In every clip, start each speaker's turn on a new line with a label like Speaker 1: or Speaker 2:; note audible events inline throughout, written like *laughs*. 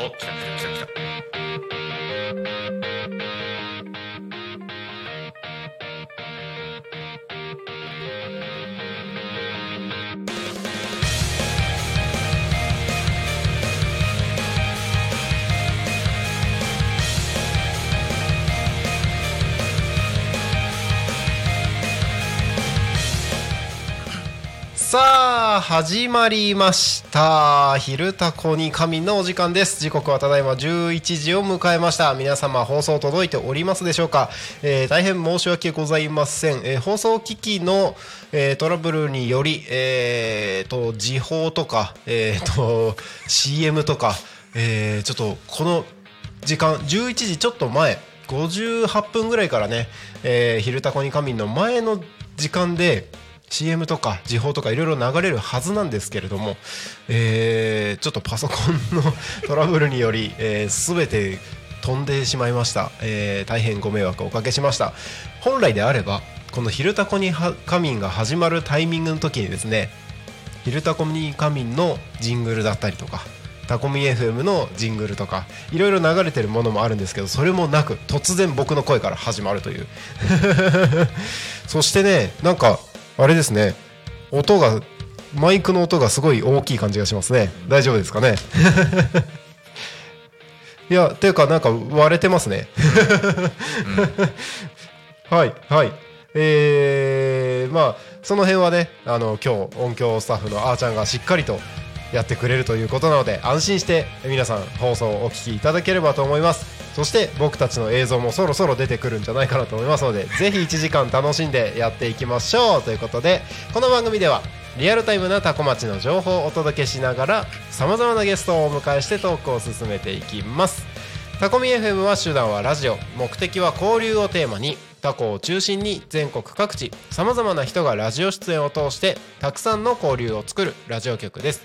Speaker 1: お、来た来た来た来
Speaker 2: さあ始まりました「昼タコに神」のお時間です時刻はただいま11時を迎えました皆様放送届いておりますでしょうか、えー大変申し訳ございません、えー放送機器の、えートラブルにより、えーと時報とか、えーと *laughs* CM とか、えーちょっとこの時間11時ちょっと前58分ぐらいからね「えー昼タコに神」の前の時間で CM とか時報とかいろいろ流れるはずなんですけれども、えーちょっとパソコンの *laughs* トラブルにより、えー、全て飛んでしまいました、えー大変ご迷惑をおかけしました本来であればこの「昼タコには仮眠」が始まるタイミングの時にですね「昼タコに仮眠」のジングルだったりとかタコミ FM のジングルとかいろいろ流れてるものもあるんですけどそれもなく突然僕の声から始まるという *laughs* そしてねなんかあれですね音がマイクの音がすごい大きい感じがしますね大丈夫ですかね *laughs* いやていうかなんか割れてますねはいはいえー、まあその辺はねあの今日音響スタッフのあーちゃんがしっかりとやってくれるということなので安心して皆さん放送をお聞きいただければと思いますそして僕たちの映像もそろそろ出てくるんじゃないかなと思いますのでぜひ1時間楽しんでやっていきましょうということでこの番組ではリアルタイムなタコ町の情報をお届けしながらさまざまなゲストをお迎えしてトークを進めていきますタコミ FM は手段はラジオ目的は交流をテーマにタコを中心に全国各地さまざまな人がラジオ出演を通してたくさんの交流を作るラジオ局です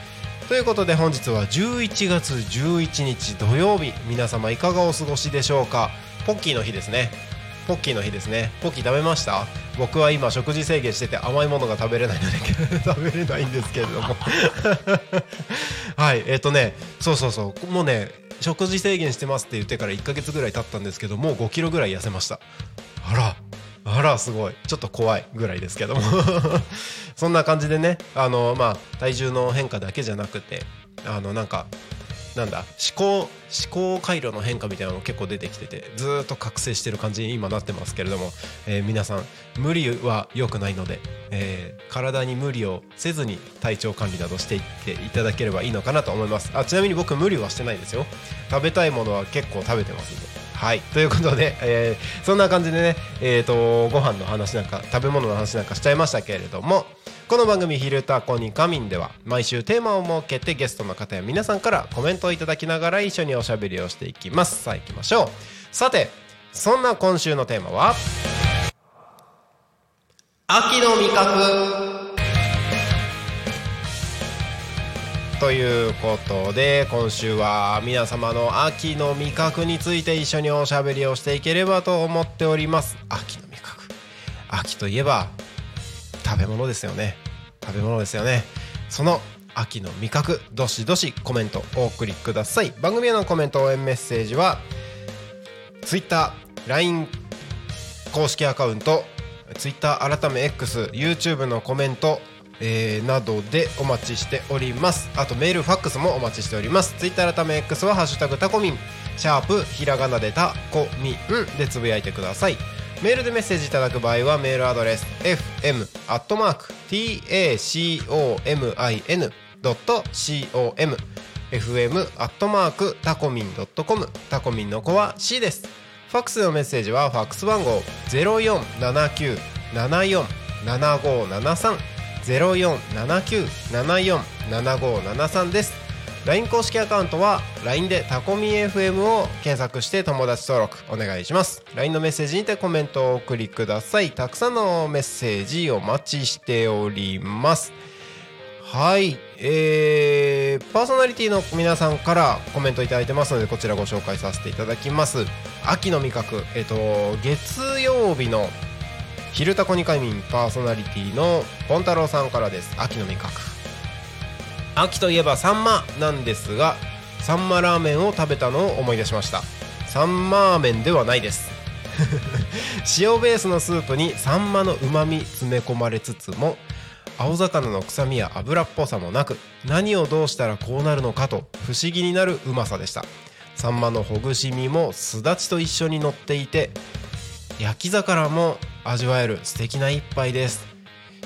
Speaker 2: ということで本日は11月11日土曜日皆様いかがお過ごしでしょうかポッキーの日ですねポッキーの日ですねポッキー食べました僕は今食事制限してて甘いものが食べれないので *laughs* 食べれないんですけれども *laughs* はいえっ、とねそうそうそうもうね食事制限してますって言ってから1ヶ月ぐらい経ったんですけどもう5キロぐらい痩せましたあらあらすごいちょっと怖いぐらいですけども *laughs* そんな感じでねあのまあ体重の変化だけじゃなくてあのなんかなんだ思考思考回路の変化みたいなのも結構出てきててずーっと覚醒してる感じに今なってますけれども、えー皆さん無理は良くないので、えー体に無理をせずに体調管理などしていっていただければいいのかなと思いますあちなみに僕無理はしてないですよ食べたいものは結構食べてますんではいということで、えーそんな感じでね、えー、とご飯の話なんか食べ物の話なんかしちゃいましたけれどもこの番組「ひるたこにかみん」では毎週テーマを設けてゲストの方や皆さんからコメントをいただきながら一緒におしゃべりをしていきますさあ行きましょうさてそんな今週のテーマは秋の味覚ということで今週は皆様の秋の味覚について一緒におしゃべりをしていければと思っております秋の味覚秋といえば食べ物ですよね食べ物ですよねその秋の味覚どしどしコメントお送りください番組へのコメント応援メッセージは TwitterLINE 公式アカウント Twitter 改め XYouTube のコメントえーなどでお待ちしておりますあとメールファックスもお待ちしております Twitter 改め X は「ハッシュタグタコミン」シャープひらがなでタコミンでつぶやいてくださいメールでメッセージいただく場合はメールアドレス fm.tacomin.com fm アットマークタコミンドットコムタコミンの子は C です。ファックスのメッセージはファックス番号ゼロ四七九七四七五七三ゼロ四七九七四七五七三です。 LINE 公式アカウントは LINE でタコミ FM を検索して友達登録お願いします LINE のメッセージにてコメントをお送りくださいたくさんのメッセージお待ちしておりますはい、えー、パーソナリティの皆さんからコメントいただいてますのでこちらご紹介させていただきます秋の味覚、えっと月曜日の「昼タコニカミン」パーソナリティのポン太郎さんからです秋の味覚秋といえばサンマなんですがサンマラーメンを食べたのを思い出しましたサンマーメンではないです *laughs* 塩ベースのスープにサンマのうまみ詰め込まれつつも青魚の臭みや脂っぽさもなく何をどうしたらこうなるのかと不思議になるうまさでしたサンマのほぐし身もすだちと一緒に乗っていて焼き魚も味わえる素敵な一杯です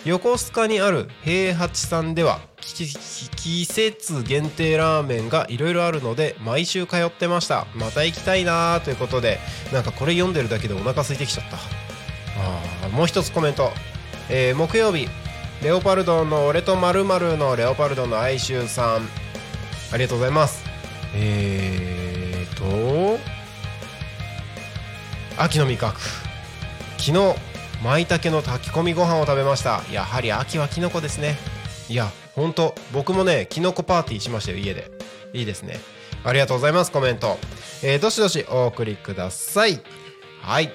Speaker 2: 横須賀にある平八さんではきき季節限定ラーメンがいろいろあるので毎週通ってましたまた行きたいなーということでなんかこれ読んでるだけでお腹空いてきちゃったあーもう一つコメント、えー木曜日レオパルドンの俺とまるのレオパルドンの哀愁さんありがとうございますえーと秋の味覚昨日舞茸の炊き込みご飯を食べましたやはり秋はキノコですねいやほんと僕もねキノコパーティーしましたよ家でいいですねありがとうございますコメント、えーどしどしお送りくださいはい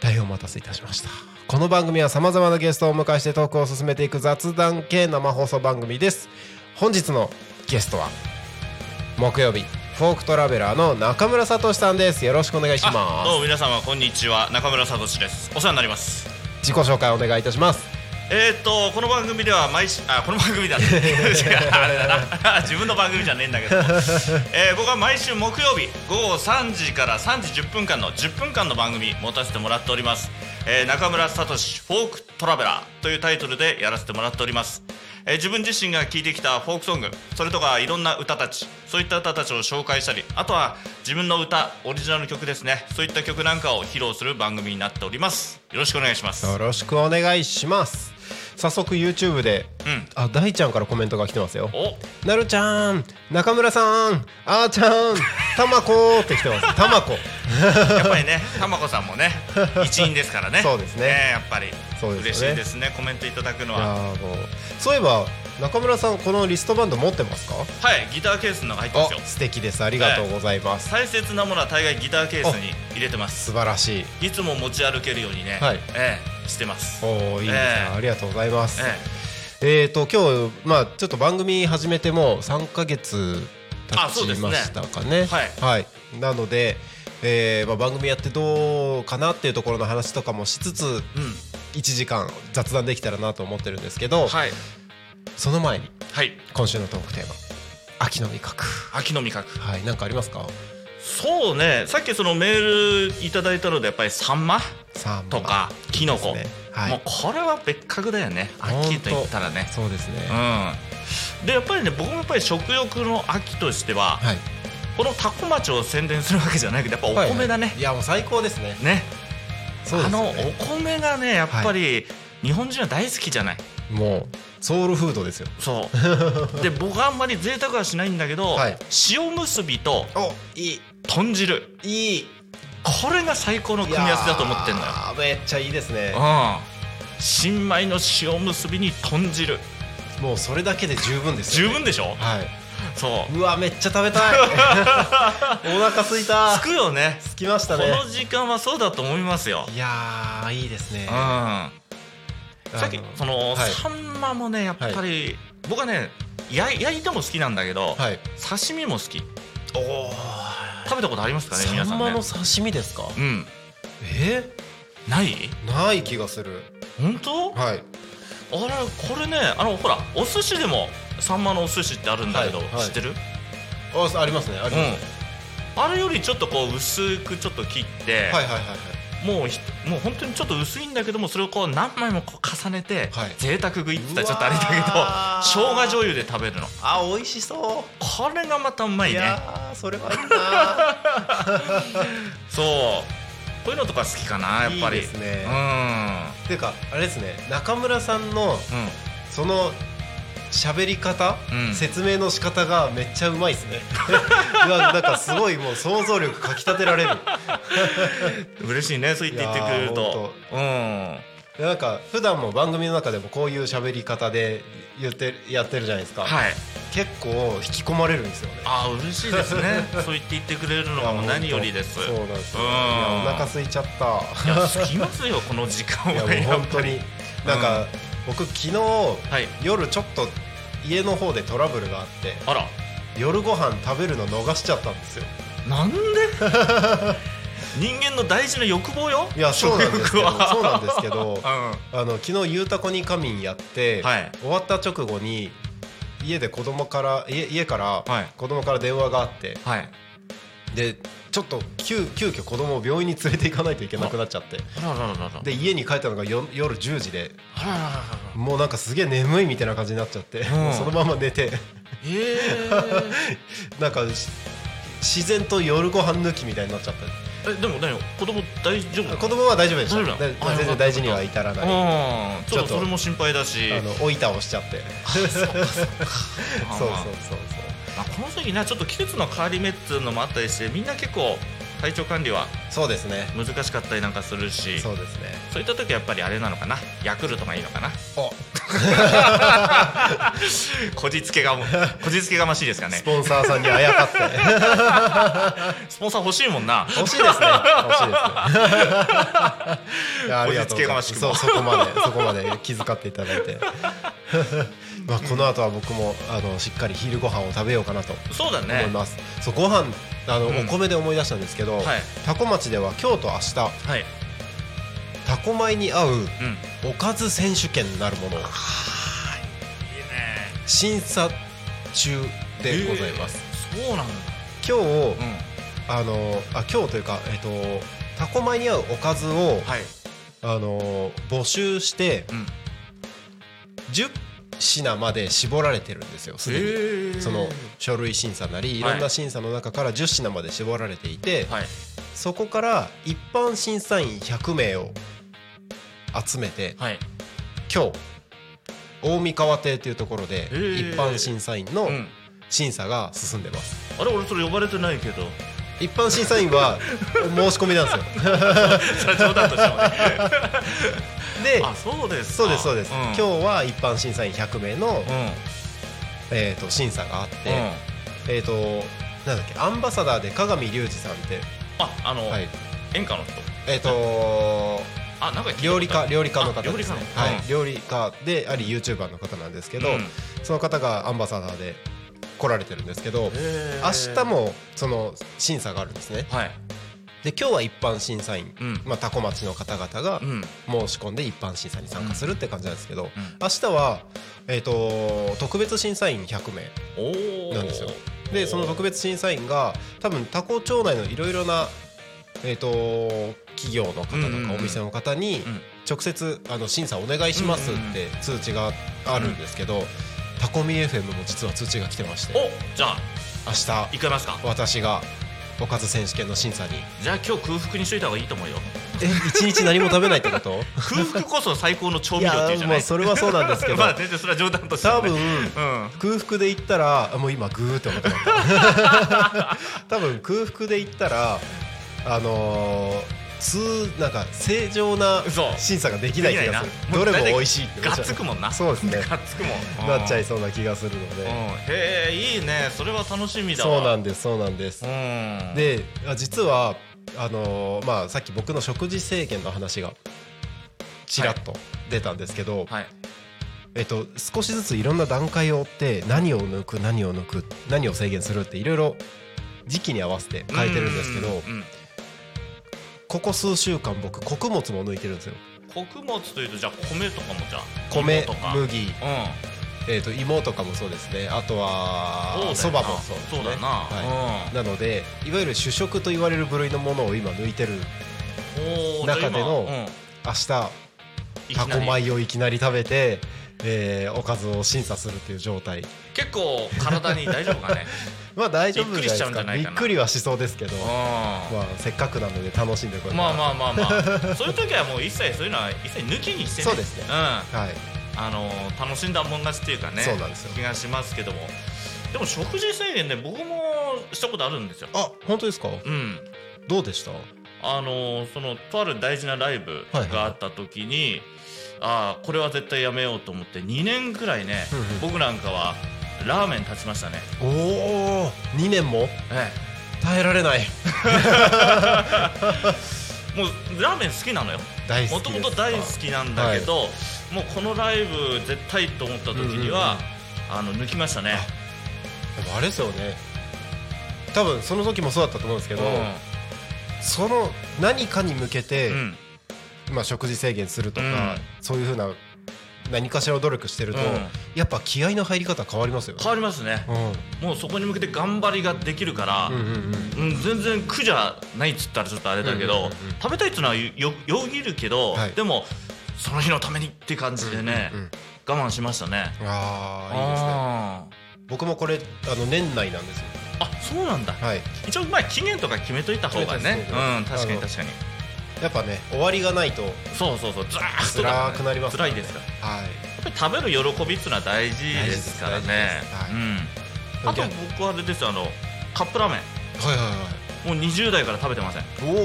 Speaker 2: 大変お待たせいたしましたこの番組は様々なゲストをお迎えしてトークを進めていく雑談系生放送番組です本日のゲストは木曜日フォークトラベラーの中村聡さんですよろしくお願いし
Speaker 1: あ
Speaker 2: ます
Speaker 1: どうも皆様こんにちは中村聡ですお世話になります
Speaker 2: 自己紹介お願いいたします
Speaker 1: えー、っとこの番組では毎週あこの番組だ、ね、違うあれだな *laughs* 自分の番組じゃねえんだけど、 *laughs* えー僕は毎週木曜日午後3時から3時10分間の10分間の番組持たせてもらっております、えー中村聡フォークトラベラーというタイトルでやらせてもらっておりますえー自分自身が聴いてきたフォークソングそれとかいろんな歌たちそういった歌たちを紹介したりあとは自分の歌オリジナルの曲ですねそういった曲なんかを披露する番組になっておりますよろしくお願いします
Speaker 2: よろしくお願いします早速 YouTube で、
Speaker 1: うん
Speaker 2: あ大ちゃんからコメントが来てますよ
Speaker 1: お
Speaker 2: なるちゃん中村さんあーちゃんたまこって来
Speaker 1: *laughs*
Speaker 2: てますたまこ
Speaker 1: やっぱりね、たまこさんも
Speaker 2: *laughs*
Speaker 1: ね、一員ですからね。
Speaker 2: そうですね
Speaker 1: やっぱり、
Speaker 2: そうです
Speaker 1: 嬉
Speaker 2: よね
Speaker 1: しいですね、コメントいただくの
Speaker 2: いや
Speaker 1: は。
Speaker 2: ーもうそういえば中村さんこのリストバンド持ってますか
Speaker 1: はい、ギターケースの中入ってま
Speaker 2: あ
Speaker 1: すよ。
Speaker 2: 素敵ですありがとうございます、
Speaker 1: 大切なものは大概ギターケースに入れてます
Speaker 2: 素。晴らしい
Speaker 1: いつも持ち歩けるようにね、
Speaker 2: はい
Speaker 1: ええしてます。
Speaker 2: おおいいですね、
Speaker 1: ええ
Speaker 2: ありがとうございます、
Speaker 1: え
Speaker 2: えー、と今日、まあ、ちょっと番組始めてもう3ヶ月
Speaker 1: あそう
Speaker 2: 経
Speaker 1: で
Speaker 2: ち
Speaker 1: すね
Speaker 2: ましたかね。
Speaker 1: はい
Speaker 2: なので、えーまあ、番組やってどうかなっていうところの話とかもしつつ
Speaker 1: えうん、
Speaker 2: 1時間雑談できたらなと思ってるんですけど、
Speaker 1: はい、
Speaker 2: その前に
Speaker 1: はい、
Speaker 2: 今週のトークテーマ「秋の味覚
Speaker 1: 秋の味覚」。
Speaker 2: はい何かありますか
Speaker 1: そうね、さっきそのメールいただいたので、やっぱりサンマ
Speaker 2: さあ
Speaker 1: とか、キノコ。
Speaker 2: ですねはい
Speaker 1: もうこれは別格だよね、秋と言ったらね。
Speaker 2: そうですね、
Speaker 1: うん、でやっぱりね僕もやっぱり食欲の秋としては、
Speaker 2: はい
Speaker 1: このタコ町を宣伝するわけじゃないけどやっぱお米だね、
Speaker 2: はいはいいやもう最高ですね
Speaker 1: ね
Speaker 2: そうで
Speaker 1: あ
Speaker 2: すよ
Speaker 1: の
Speaker 2: ね
Speaker 1: お米がねやっぱり日本人は大好きじゃない
Speaker 2: もうソウルフードですよ
Speaker 1: そう
Speaker 2: *laughs*
Speaker 1: で僕はあんまり贅沢はしないんだけど、
Speaker 2: はい
Speaker 1: 塩むすびと
Speaker 2: おいい
Speaker 1: 豚汁
Speaker 2: いい
Speaker 1: これが最高の組み合わせだと思ってんのよ、
Speaker 2: いやーめっちゃいいですね
Speaker 1: うん、新米の塩むすびに豚汁
Speaker 2: もうそれだけで十分です
Speaker 1: 十
Speaker 2: よ、ね、
Speaker 1: 分でしょ
Speaker 2: はい
Speaker 1: そう
Speaker 2: うわめっちゃ食べたい
Speaker 1: *laughs*
Speaker 2: お腹すいた
Speaker 1: つくよね
Speaker 2: つきました
Speaker 1: こ
Speaker 2: ね
Speaker 1: の時間はそうだと思いますよ
Speaker 2: いやーいいです
Speaker 1: う
Speaker 2: ね
Speaker 1: んさっき
Speaker 2: あの
Speaker 1: その、
Speaker 2: はい
Speaker 1: サンマもねやっぱり、僕はねや焼いても好きなんだけど、
Speaker 2: はい
Speaker 1: 刺身も好き
Speaker 2: おお
Speaker 1: 食べたことありますかね
Speaker 2: サ
Speaker 1: 皆さ
Speaker 2: ン
Speaker 1: ん
Speaker 2: マ
Speaker 1: ね
Speaker 2: の刺身ですか
Speaker 1: うん
Speaker 2: え
Speaker 1: ない
Speaker 2: ない気がする
Speaker 1: 本当あ
Speaker 2: はい
Speaker 1: れこれねあのほらお寿司でもサンマのお寿司ってあるんだけど、
Speaker 2: はいはい
Speaker 1: 知ってる、
Speaker 2: あすありますねありますね、
Speaker 1: うんあれよりちょっとこう薄くちょっと切って、
Speaker 2: はいはいはいはい
Speaker 1: もうひもう本当にちょっと薄いんだけどもそれをこう何枚もこう重ねて、
Speaker 2: はい
Speaker 1: 贅沢食いって言ったらちょっとあれだ
Speaker 2: うわー
Speaker 1: けど生姜醤油で食べるの
Speaker 2: あ美味しそ
Speaker 1: これがまたうま
Speaker 2: う
Speaker 1: い
Speaker 2: い
Speaker 1: ね
Speaker 2: やーそれはい
Speaker 1: *laughs*
Speaker 2: い
Speaker 1: そうこういうのとか好きかなやっ
Speaker 2: な
Speaker 1: ぱり
Speaker 2: いいですね
Speaker 1: うん
Speaker 2: ていうかあれですね中村さんの
Speaker 1: うん
Speaker 2: その喋り方、
Speaker 1: うん
Speaker 2: 説明の仕方がめっちゃうまいですね *laughs* うわなんかすごいもう想像力かきたてられる
Speaker 1: 嬉しいねそう言って言ってくれる
Speaker 2: いやー
Speaker 1: とう
Speaker 2: ほ
Speaker 1: ん
Speaker 2: なんか普段も番組の中でもこういう喋り方で言ってやってるじゃないですか、
Speaker 1: はい
Speaker 2: 結構引き込まれるんですよね
Speaker 1: ああ嬉しい
Speaker 2: *laughs*
Speaker 1: ですねそう言って言ってくれるのがもう何よりです
Speaker 2: そうなんですよ
Speaker 1: うん
Speaker 2: いやお腹空い
Speaker 1: *laughs*
Speaker 2: ちゃった
Speaker 1: いや好きますよこの時間
Speaker 2: いや
Speaker 1: は
Speaker 2: もう
Speaker 1: やっ
Speaker 2: 本
Speaker 1: ぱ
Speaker 2: 当
Speaker 1: り
Speaker 2: になんか、僕昨日
Speaker 1: はい
Speaker 2: 夜ちょっと家の方でトラブルがあって
Speaker 1: あら
Speaker 2: 夜ご飯食べるの逃しちゃったんですよ *laughs*
Speaker 1: なんで人間の大事な欲望よ
Speaker 2: いやそうなんです
Speaker 1: 食
Speaker 2: け
Speaker 1: 欲
Speaker 2: ど
Speaker 1: は
Speaker 2: そうなんです
Speaker 1: *laughs*
Speaker 2: けど
Speaker 1: うん
Speaker 2: あの昨日「ゆうたこに仮眠」やって、
Speaker 1: はい
Speaker 2: 終わった直後に家で子供から家家から、
Speaker 1: はい
Speaker 2: 子供から電話があって
Speaker 1: はい
Speaker 2: でちょっと急急遽子供を病院に連れて行かないといけなくなっちゃって
Speaker 1: あららららら
Speaker 2: で家に帰ったのがよ夜10時で
Speaker 1: あららららら
Speaker 2: もうなんかすげえ眠いみたいな感じになっちゃって、
Speaker 1: うん
Speaker 2: もうそのまま寝て *laughs*
Speaker 1: え
Speaker 2: なんかし自然と夜ご飯抜きみたいになっちゃった
Speaker 1: ーえでもね子供大丈夫
Speaker 2: 子供は大丈夫でし
Speaker 1: 大丈
Speaker 2: た
Speaker 1: 夫なのあ
Speaker 2: で全
Speaker 1: よかった
Speaker 2: 然大事には至らないあ
Speaker 1: うんちょっと
Speaker 2: ちょっと
Speaker 1: それも心配だし
Speaker 2: の老い倒しちゃってそうそうそう
Speaker 1: まあ
Speaker 2: *laughs* そう
Speaker 1: まあまあこの時なちょっと季節の変わり目っていうのもあったりしてみんな結構体調管理は
Speaker 2: そうですね
Speaker 1: 難しかったりなんかするし
Speaker 2: そうですね
Speaker 1: そういった時はやっぱりあれなのかなヤクルトがいいの
Speaker 2: *laughs*
Speaker 1: かな
Speaker 2: お
Speaker 1: こじつけがも *laughs* こじつけがましいですかね
Speaker 2: スポンサーさんにあや *laughs* かって
Speaker 1: スポンサー欲しいもんな
Speaker 2: 惜しい *laughs* ですね惜しいですねいやありがと
Speaker 1: こじつ
Speaker 2: うございます
Speaker 1: けがましく
Speaker 2: そ
Speaker 1: も
Speaker 2: うそこまでそこまで気遣っていただ *laughs* いてまあこの後は僕もあのしっかり昼ご飯を食べようかなと
Speaker 1: そうだ
Speaker 2: 思い
Speaker 1: ね
Speaker 2: ます、そうご飯あの、
Speaker 1: うん
Speaker 2: お米で思い出したんですけど、
Speaker 1: はい
Speaker 2: タコ町では今日と明日
Speaker 1: はい
Speaker 2: タコ米に合う
Speaker 1: うんいいね
Speaker 2: おかず選手権なるものを審査中でございます、
Speaker 1: えーそうなんだ
Speaker 2: 今
Speaker 1: う
Speaker 2: 日
Speaker 1: ん
Speaker 2: あのあ今日というかえっとタコ米に合うおかずを、
Speaker 1: はい
Speaker 2: あの募集して
Speaker 1: うん
Speaker 2: 10品まで絞られてるんですよすでに、
Speaker 1: ー
Speaker 2: その書類審査なりいろんな審査の中から10品まで絞られていて、
Speaker 1: はい
Speaker 2: そこから一般審査員100名を集めて
Speaker 1: はい
Speaker 2: 今日大三川邸というところで
Speaker 1: へー
Speaker 2: 一般審査員の
Speaker 1: うん
Speaker 2: 審査が進んでます
Speaker 1: あれ俺それ呼ばれてないけ
Speaker 2: *laughs*
Speaker 1: ど
Speaker 2: 一般審査員
Speaker 1: *laughs*
Speaker 2: は申し込みなんですよ
Speaker 1: それ冗談としてもね
Speaker 2: で
Speaker 1: あそうですか
Speaker 2: そうですそうです、
Speaker 1: ん
Speaker 2: 今日は一般審査員100名の、
Speaker 1: うん
Speaker 2: えー、と審査があって、
Speaker 1: うん
Speaker 2: えっ、となんだっけアンバサダーで加賀見隆二さんって、
Speaker 1: ああの
Speaker 2: はい、
Speaker 1: 演歌の人
Speaker 2: えっ、と
Speaker 1: あなんか聞いたこと
Speaker 2: 料理家料理家の
Speaker 1: あ
Speaker 2: 方
Speaker 1: 料
Speaker 2: で
Speaker 1: 理
Speaker 2: す
Speaker 1: 家
Speaker 2: ね
Speaker 1: の
Speaker 2: はい
Speaker 1: うん
Speaker 2: 料理家であり YouTuber の方なんですけど、
Speaker 1: うん
Speaker 2: その方がアンバサダーで来られてるんですけど
Speaker 1: へー
Speaker 2: 明日もその審査があるんですね
Speaker 1: はい
Speaker 2: で今日は一般審査員、
Speaker 1: うん
Speaker 2: まあ、タコ町の方々が
Speaker 1: うん
Speaker 2: 申し込んで一般審査に参加するって感じなんですけど、
Speaker 1: ん
Speaker 2: 明日は、えー、と特別審査員100名
Speaker 1: おお
Speaker 2: なんですよでその特別審査員が多分タコ町内のいろいろな、えー、と企業の方と
Speaker 1: うんうんうん
Speaker 2: かお店の方
Speaker 1: う
Speaker 2: に
Speaker 1: ん
Speaker 2: 直接あの審査お願いしますって通知があるんですけど、タコミ FM も実は通知が来てまして
Speaker 1: おじゃあ
Speaker 2: 明
Speaker 1: 行
Speaker 2: 日
Speaker 1: かますか
Speaker 2: 私がおかず選手権の審査に
Speaker 1: じゃあ今日空腹にしといた方がいいと思うよ
Speaker 2: え一日何も食べないってこと *laughs*
Speaker 1: 空腹こそ最高の調味料っていうじゃない
Speaker 2: もうそれはそうなんです *laughs* け
Speaker 1: *laughs*
Speaker 2: ど
Speaker 1: まあ全然それは冗談としても
Speaker 2: 多
Speaker 1: ね
Speaker 2: *laughs* 分
Speaker 1: うん
Speaker 2: 空腹で行ったらあもう今グーって思ってた
Speaker 1: *laughs*
Speaker 2: 多分空腹で行ったらあのー通なんか正常な
Speaker 1: そう
Speaker 2: 審査ができない気がするどれも美味しいって
Speaker 1: が
Speaker 2: な
Speaker 1: っ
Speaker 2: っちゃ
Speaker 1: つくもんな
Speaker 2: そうですね
Speaker 1: がっつくもん
Speaker 2: うなっちゃい
Speaker 1: そ
Speaker 2: そうな気がするの
Speaker 1: うん
Speaker 2: で
Speaker 1: へえいいねそれは楽しみだ
Speaker 2: そうな
Speaker 1: わ
Speaker 2: んですそうなんです
Speaker 1: うん
Speaker 2: であ実はあのーまあさっき僕の食事制限の話がちらっと出たんですけど、
Speaker 1: はい
Speaker 2: えっと、少しずついろんな段階を追って何を抜く何を抜く何を制限するっていろいろ時期に合わせて変えてるんですけ
Speaker 1: う
Speaker 2: ど
Speaker 1: うん
Speaker 2: ここ数週間僕穀物も抜いてるんですよ
Speaker 1: 穀物というとじゃあ米とかもじゃあ
Speaker 2: 米
Speaker 1: 芋とか
Speaker 2: 麦、
Speaker 1: うん
Speaker 2: えっと芋とかもそうですねあと
Speaker 1: そうだよ
Speaker 2: は
Speaker 1: な
Speaker 2: そばもそうです
Speaker 1: そ
Speaker 2: ね
Speaker 1: うだな
Speaker 2: はい、なのでいわゆる主食と言われる部類のものを今抜いてる
Speaker 1: おー
Speaker 2: 中での
Speaker 1: じゃあ今うん
Speaker 2: 明日
Speaker 1: いきな
Speaker 2: タ
Speaker 1: り
Speaker 2: コ米をいきなり食べて、えーおかずを審査するっていう状態
Speaker 1: 結構体に大丈夫か
Speaker 2: *laughs*
Speaker 1: ね
Speaker 2: まあ大丈夫じゃない
Speaker 1: びっくり
Speaker 2: です
Speaker 1: しちゃうんじゃ
Speaker 2: か
Speaker 1: ない
Speaker 2: びっ
Speaker 1: かな
Speaker 2: くりはしそうですけど
Speaker 1: うん
Speaker 2: まあ、せっかくなので楽しんでください
Speaker 1: まあまあまあまあそういう時はもう一切そういうのは一切抜きにしてね
Speaker 2: そうですね
Speaker 1: うん
Speaker 2: はい
Speaker 1: あの楽しんだもん勝ちっていうかね
Speaker 2: そうなんですよ
Speaker 1: 気がしますけどもでも食事制限ね僕もしたことあるんですよ
Speaker 2: あ本当ですか
Speaker 1: うん
Speaker 2: どうでした
Speaker 1: あのそのとある大事なライブがあった時に、ああこれは絶対やめようと思って2年ぐらいね
Speaker 2: うんうん
Speaker 1: 僕なんかはラーメン立ちましたね、
Speaker 2: おお2年も
Speaker 1: え
Speaker 2: 耐えられない
Speaker 1: え、もうラーメン好きなのよ
Speaker 2: 大好
Speaker 1: も
Speaker 2: き
Speaker 1: と
Speaker 2: で
Speaker 1: も
Speaker 2: す
Speaker 1: と大好きなんだけど、もうこのライブ絶対と思った時には、あの抜きましたね
Speaker 2: でもあれですよね多分その時もそうだったと思うんですけど、
Speaker 1: う
Speaker 2: その何かに向けて、
Speaker 1: ん、うん
Speaker 2: まあ、食事制限するとか、
Speaker 1: うん
Speaker 2: そういうふうな何かしらを努力してると、
Speaker 1: うん
Speaker 2: やっぱ気合の入り方変わりますよね
Speaker 1: 変わりますね
Speaker 2: うん
Speaker 1: もうそこに向けて頑張りができるから、
Speaker 2: うんうんうん
Speaker 1: うん全然苦じゃないっつったらちょっとあれだけど、
Speaker 2: うんうんうんうん
Speaker 1: 食べたいっつうのはよよぎるけど、
Speaker 2: はい
Speaker 1: でもその日のためにって感じでね、
Speaker 2: うんうん
Speaker 1: 我慢しましたね
Speaker 2: ああいい
Speaker 1: あ
Speaker 2: ですね僕もこれあの年内なんですよ
Speaker 1: ーあそうなんだ
Speaker 2: はい
Speaker 1: 一応まあ期限とか決めといた方が
Speaker 2: そう
Speaker 1: ね
Speaker 2: です
Speaker 1: うん
Speaker 2: そうです
Speaker 1: 確かに
Speaker 2: あの
Speaker 1: 確かに
Speaker 2: やっぱね終わりがないと
Speaker 1: そうそうそうずらーっとだから
Speaker 2: 辛くなります
Speaker 1: 辛いですから
Speaker 2: はい
Speaker 1: やっぱり食べる喜びっていうのは大事ですからね
Speaker 2: 大事です大事
Speaker 1: うんあと
Speaker 2: はい
Speaker 1: 僕はあれですよあのカップラーメ
Speaker 2: はいは
Speaker 1: ンもう20代から食べてません
Speaker 2: いは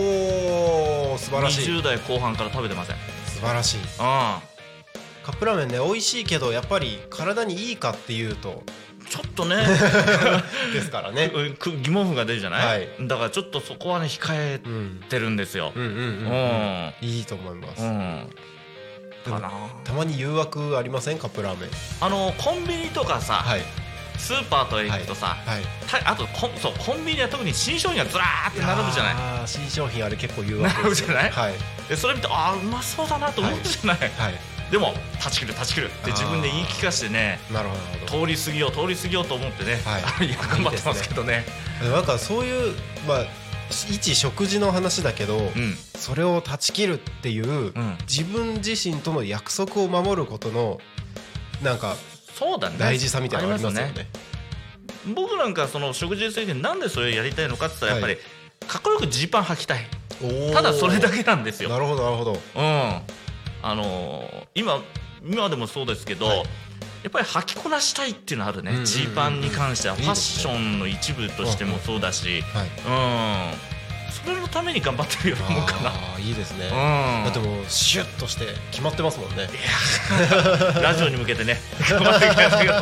Speaker 2: いおお素晴らしい
Speaker 1: 20代後半から食べてません
Speaker 2: 素晴らしい
Speaker 1: あ
Speaker 2: カップラーメンね美味しいけどやっぱり体にいいかっていうと *laughs*
Speaker 1: ちょっとね
Speaker 2: ですか
Speaker 1: *laughs*
Speaker 2: ら *laughs* ね
Speaker 1: うんく疑問符が出るじゃない、
Speaker 2: はい
Speaker 1: だからちょっとそこはね控え
Speaker 2: うん
Speaker 1: てるんですよ
Speaker 2: うんうんう
Speaker 1: うん
Speaker 2: ん、
Speaker 1: う
Speaker 2: うん
Speaker 1: ん、
Speaker 2: いいと思います、でも
Speaker 1: かな
Speaker 2: たまに誘惑ありませんカップラーメン
Speaker 1: あのコンビニとかさ、
Speaker 2: はい
Speaker 1: スーパーとか行くとさ、
Speaker 2: はい
Speaker 1: たあとコンそうコンビニは特に新商品がずらーって並ぶじゃない
Speaker 2: あー新商品あれ結構誘惑
Speaker 1: 並ぶじゃない
Speaker 2: はい
Speaker 1: でそれ見てああうまそうだなと思うじゃない、
Speaker 2: はい
Speaker 1: でも断ち切る断ち切るって自分で言い聞かしてね
Speaker 2: なるほどなるほど
Speaker 1: 通り過ぎよう通り過ぎようと思ってね、
Speaker 2: はい
Speaker 1: あ *laughs* のよく頑張ってますけどね
Speaker 2: でもなんかそういうまあし一食事の話だけど、それを断ち切るっていう、
Speaker 1: うんうん
Speaker 2: 自分自身との約束を守ることのなんか
Speaker 1: そうだね
Speaker 2: 大事さみたいなのありますよ
Speaker 1: ありま
Speaker 2: ね。
Speaker 1: すね僕なんかその食事制限なんでそれやりたいのかって言ったらやっぱりかっこよくジーパン履きたい
Speaker 2: おー
Speaker 1: ただそれだけなんですよ
Speaker 2: なるほどなるほど。
Speaker 1: うんあのー今今でもそうですけど、
Speaker 2: はい
Speaker 1: やっぱり履きこなしたいっていうのはあるね
Speaker 2: うんうんうんうん
Speaker 1: ジー、パンに関してはい
Speaker 2: い
Speaker 1: フ
Speaker 2: です
Speaker 1: ァ
Speaker 2: ね
Speaker 1: ッションの一部としてもそうだし
Speaker 2: はい。
Speaker 1: うんそれのために頑張ってるようなもんかな
Speaker 2: あーいいですね。
Speaker 1: うん
Speaker 2: だってもうシュッとして決まってますも
Speaker 1: *laughs*
Speaker 2: んね。
Speaker 1: ラジオに向けてね頑張ってきましたけど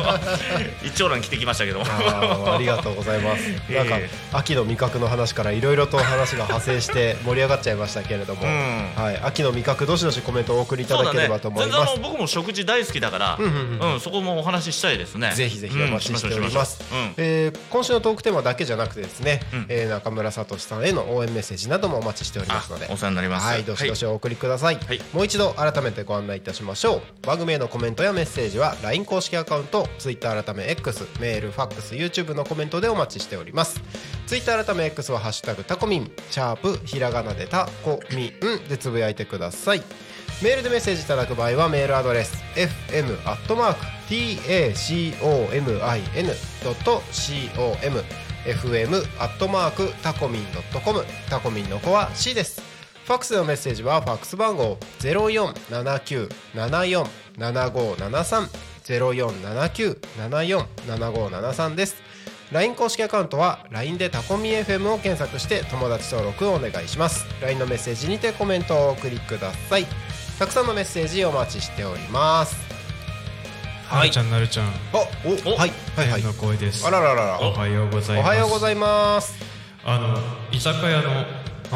Speaker 1: 一長蘭着てきましたけども
Speaker 2: あーありがとうございます。
Speaker 1: *laughs* え
Speaker 2: なんか秋の味覚の話からいろいろと話が派生して盛り上がっちゃいましたけれども、
Speaker 1: うん
Speaker 2: はい秋の味覚どしどしコメントをお送りいた
Speaker 1: そうだ
Speaker 2: だけれ
Speaker 1: ね
Speaker 2: ばと思い
Speaker 1: 全然
Speaker 2: ま
Speaker 1: あ
Speaker 2: す。
Speaker 1: の僕も食事大好きだから
Speaker 2: うんうんうん
Speaker 1: うんそこもお話ししたいですね
Speaker 2: ぜひぜひお待ちしております
Speaker 1: うんししょうししょううん
Speaker 2: えー今週のトークテーマだけじゃなくてですね、
Speaker 1: うん
Speaker 2: えー中村聡さんへの応援メッセージなどもお待ちしておりま
Speaker 1: あ
Speaker 2: すので
Speaker 1: お世話になります
Speaker 2: はい、どしどしお送りください、
Speaker 1: はい
Speaker 2: もう一度改めてご案内いたしましょう番組へのコメントやメッセージは LINE 公式アカウント Twitter 改め X メールファックス YouTube のコメントでお待ちしております Twitter 改め X は「ハッシュタグタコミン」シャープひらがなでタコミンでつぶやいてくださいメールでメッセージいただく場合はメールアドレス fm.tacomin.com fm アットマークタコミンドットコムタコミンの子は C です。ファックスのメッセージはファックス番号ゼロ四七九七四七五七三ゼロ四七九七四七五七三です。LINE 公式アカウントは LINE でタコミ FM を検索して友達登録をお願いします。LINE のメッセージにてコメントをお送りください。たくさんのメッセージお待ちしております。
Speaker 1: はい
Speaker 3: なるちゃんなるちゃん
Speaker 2: あ、お、
Speaker 1: お
Speaker 2: はい、はい、はい
Speaker 3: 天。の声です
Speaker 2: あらららら。
Speaker 3: おはようござい
Speaker 2: お
Speaker 3: ます
Speaker 2: はようございます。
Speaker 3: あの居酒屋
Speaker 2: あ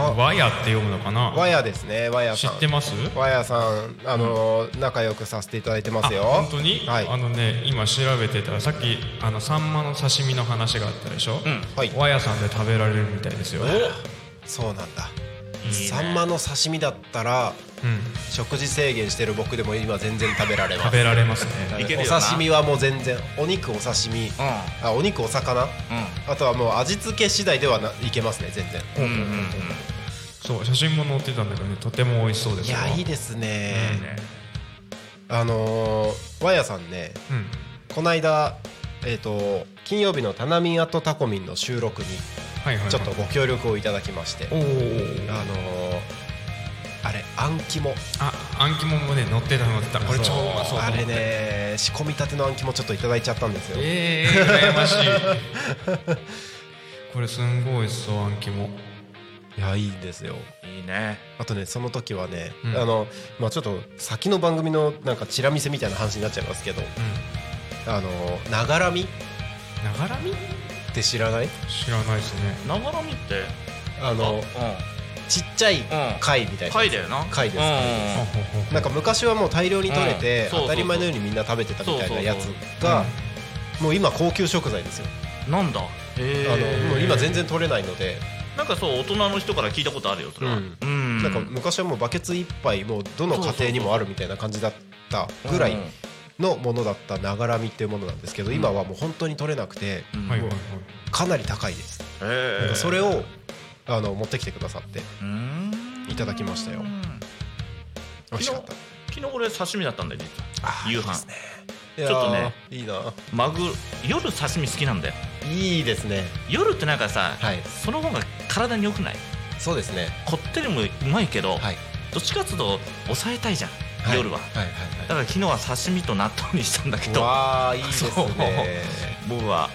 Speaker 3: の和屋って読むのかな
Speaker 2: わやですね、わや
Speaker 3: 知
Speaker 2: さん。
Speaker 3: ってます
Speaker 2: わやさん、あのー仲良くさせていただいてますよ。
Speaker 3: あ本当に、
Speaker 2: はい
Speaker 3: あのね今調べてたらさっきあのサンマの刺身の話があったでしょ、
Speaker 1: ん
Speaker 2: はい
Speaker 3: 和屋さんで食べられるみたいですよ、うん、
Speaker 2: そうなんだ。
Speaker 1: いいね
Speaker 2: サンマの刺身だったら、食事制限してる僕でも今全然食べられま
Speaker 3: 食
Speaker 2: す。
Speaker 3: べられます
Speaker 1: い
Speaker 3: ね
Speaker 1: け
Speaker 2: お
Speaker 1: るよな
Speaker 2: 刺身はもう全然、お肉お刺身、あ、お肉お魚。あとはもう味付け次第ではないけますね、全然。
Speaker 1: うんうんうんうん
Speaker 3: そう写真も載ってたんだけどねとても美味しそうで
Speaker 2: い
Speaker 3: すよ
Speaker 2: や、いいです
Speaker 3: うん
Speaker 2: ね。あのー、わやさんね、
Speaker 3: うん
Speaker 2: こないだ、えっ、と、金曜日のタナミンアとタコミンの収録に、
Speaker 3: はいはいはい
Speaker 2: ちょっとご協力をいただきまして。
Speaker 3: おー
Speaker 2: あのーあれあん肝
Speaker 3: ああん肝もね乗ってた乗ってたこれ超うまそう
Speaker 2: あれね仕込みたてのあん肝ちょっといただいちゃったんですよ
Speaker 3: ええー、羨ましい *laughs* これすんごい美味しそうあん肝
Speaker 2: いやいいですよ
Speaker 1: いいね
Speaker 2: あとねその時はね、
Speaker 3: うん
Speaker 2: あのまあちょっと先の番組のなんかチラ見せみたいな話になっちゃいますけど
Speaker 3: うん
Speaker 2: あのながらみっ
Speaker 3: ながらみ
Speaker 2: て知らない
Speaker 3: 知らないですね
Speaker 1: ながらみって
Speaker 2: あ
Speaker 1: あ
Speaker 2: のちっちゃい
Speaker 1: うん
Speaker 2: 貝みたいな
Speaker 1: 貝だよな
Speaker 2: 貝です
Speaker 1: うん
Speaker 3: ほほほほ
Speaker 2: なんか昔はもう大量に取れ
Speaker 1: う
Speaker 2: て
Speaker 1: んそうそうそう
Speaker 2: 当たり前のようにみんな食べてたみたいなやつ
Speaker 1: そう
Speaker 2: がもう今高級食材ですよ
Speaker 1: なんだ
Speaker 2: あ
Speaker 1: へ
Speaker 2: の
Speaker 1: え
Speaker 2: もう今全然取れないので
Speaker 1: なんかそう大人の人から聞いたことあるよそれは
Speaker 2: う
Speaker 1: うんん
Speaker 2: なんか昔はもうバケツ一杯もうどの家庭にもあるみたいな感じだったぐらい
Speaker 1: うん
Speaker 2: のものだったながらみっていうものなんですけど今はもう本当に取れなくて
Speaker 1: うん
Speaker 3: はい
Speaker 1: へ
Speaker 3: はいはい
Speaker 2: かなり高いです
Speaker 1: え
Speaker 2: なんかそれをあの持ってきてくださって
Speaker 1: うん
Speaker 2: いただきましたよ美味しかった
Speaker 1: 昨日俺刺身だったんだよ実は
Speaker 2: あー
Speaker 1: 夕飯
Speaker 2: いいですねいや
Speaker 1: ちょっとね
Speaker 2: ーいいな
Speaker 1: マグ夜刺身好きなんだよ
Speaker 2: いいですね
Speaker 1: 夜ってなんかさ
Speaker 2: はい
Speaker 1: その方が体に良くない
Speaker 2: そうですね
Speaker 1: こってりもうまいけど
Speaker 2: はい
Speaker 1: どっちかっつうと抑えたいじゃん
Speaker 2: い
Speaker 1: 夜は
Speaker 2: はいはい
Speaker 1: だから昨日は刺身と納豆にしたんだけ
Speaker 2: はい
Speaker 1: ど
Speaker 2: わあいいですね
Speaker 1: 僕は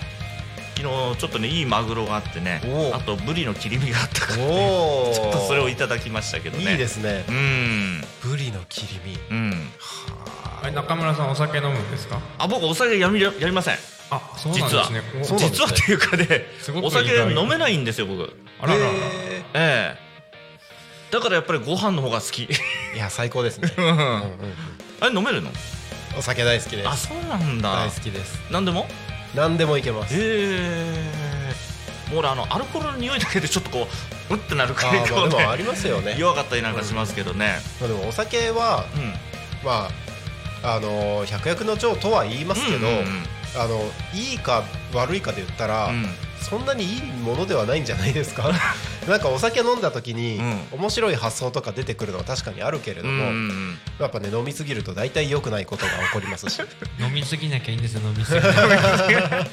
Speaker 1: 昨日ちょっとねいいマグロがあってね
Speaker 2: おう
Speaker 1: あとブリの切り身があったからね
Speaker 2: お
Speaker 1: *laughs*
Speaker 2: お
Speaker 1: ちょっとそれをいただきましたけどね
Speaker 2: いいですね
Speaker 1: うん
Speaker 2: ブリの切り身
Speaker 1: うん
Speaker 3: あれ中村さんお酒飲むんですか
Speaker 1: あ僕お酒やみやりません
Speaker 3: あそうなん
Speaker 1: 実
Speaker 3: で
Speaker 1: は
Speaker 3: すねお
Speaker 2: そうなんです
Speaker 1: 実
Speaker 2: ね
Speaker 1: はっていうかね
Speaker 3: すごく
Speaker 1: お
Speaker 3: 意外
Speaker 1: 酒飲めないんですよ僕
Speaker 3: あらららら、
Speaker 2: え
Speaker 1: ええだからやっぱりご飯の方が好き *laughs*
Speaker 2: ーいや最高ですね
Speaker 1: うん
Speaker 2: うんうん
Speaker 1: あ
Speaker 2: うん
Speaker 1: れ飲めるの
Speaker 2: お酒大好きで
Speaker 1: あ
Speaker 2: す
Speaker 1: そうなんだ
Speaker 2: 大好きです
Speaker 1: 何でも
Speaker 2: 何でもいけます
Speaker 1: へえもう俺あのアルコールの匂いだけでちょっとこううってなる
Speaker 2: あ
Speaker 1: 感
Speaker 2: ー
Speaker 1: じ
Speaker 2: まあ
Speaker 1: こう
Speaker 2: でもあ
Speaker 1: ね
Speaker 2: りますよね
Speaker 1: *laughs* 弱かったりなんかしますけどね
Speaker 2: まあでもお酒は
Speaker 1: うん
Speaker 2: まああのー百薬の長とは言いますけど
Speaker 1: うんうん
Speaker 2: あのいいか悪いかで言ったら、
Speaker 1: うん
Speaker 2: そんなにいいものではないんじゃないです
Speaker 1: *laughs*
Speaker 2: かなんかお酒飲んだ時に、
Speaker 1: う
Speaker 2: 面白い発想とか出てくるのは確かにあるけれど
Speaker 1: う
Speaker 2: も、
Speaker 1: んうん
Speaker 2: やっぱね飲みすぎると大体良くないことが起こりますし
Speaker 3: 飲みすぎなきゃいいんですよ飲みすぎなきゃ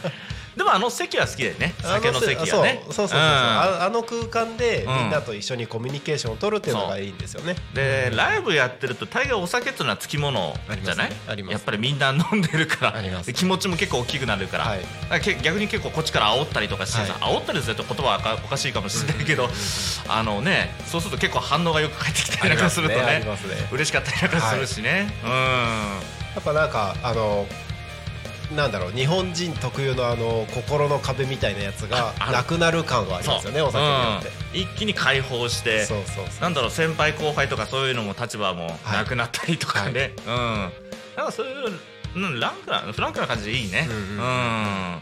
Speaker 1: でもあの席は好きだよね *laughs* 酒の席
Speaker 2: あ
Speaker 1: はね
Speaker 2: そうそうそうそう、
Speaker 1: ん
Speaker 2: ああの空間で
Speaker 1: うん
Speaker 2: みんなと一緒にコミュニケーションを取るっていうのがいいんですよね、
Speaker 1: でライブやってると大概お酒っていうのはつきものじゃない、
Speaker 2: ありますねありますね
Speaker 1: やっぱりみんな飲んでるか
Speaker 2: ありま
Speaker 1: ら
Speaker 2: す
Speaker 1: 気持ちも結構大きくなるから,、
Speaker 2: はい
Speaker 1: 逆に結構こっちから煽ったりとかしてさ、煽ったりすると言葉はかおかしいかもしれないけど、あのねそうすると結構反応がよく返ってきたりなんかするとね
Speaker 2: ありますねありますね
Speaker 1: 嬉しかったりなんかするしね、
Speaker 2: やっぱなんかあのなんだろう日本人特有のあの心の壁みたいなやつが
Speaker 1: あある
Speaker 2: なくなる感はあ
Speaker 1: うん
Speaker 2: りますよねお酒によって、
Speaker 1: うん一気に解放して
Speaker 2: そうそうそう
Speaker 1: なんだろう先輩後輩とかそういうのも立場もなくなったりとかね、うんなんかそういう、うん、ランクなフランクな感じでいいね
Speaker 2: う
Speaker 1: うんん、
Speaker 2: うん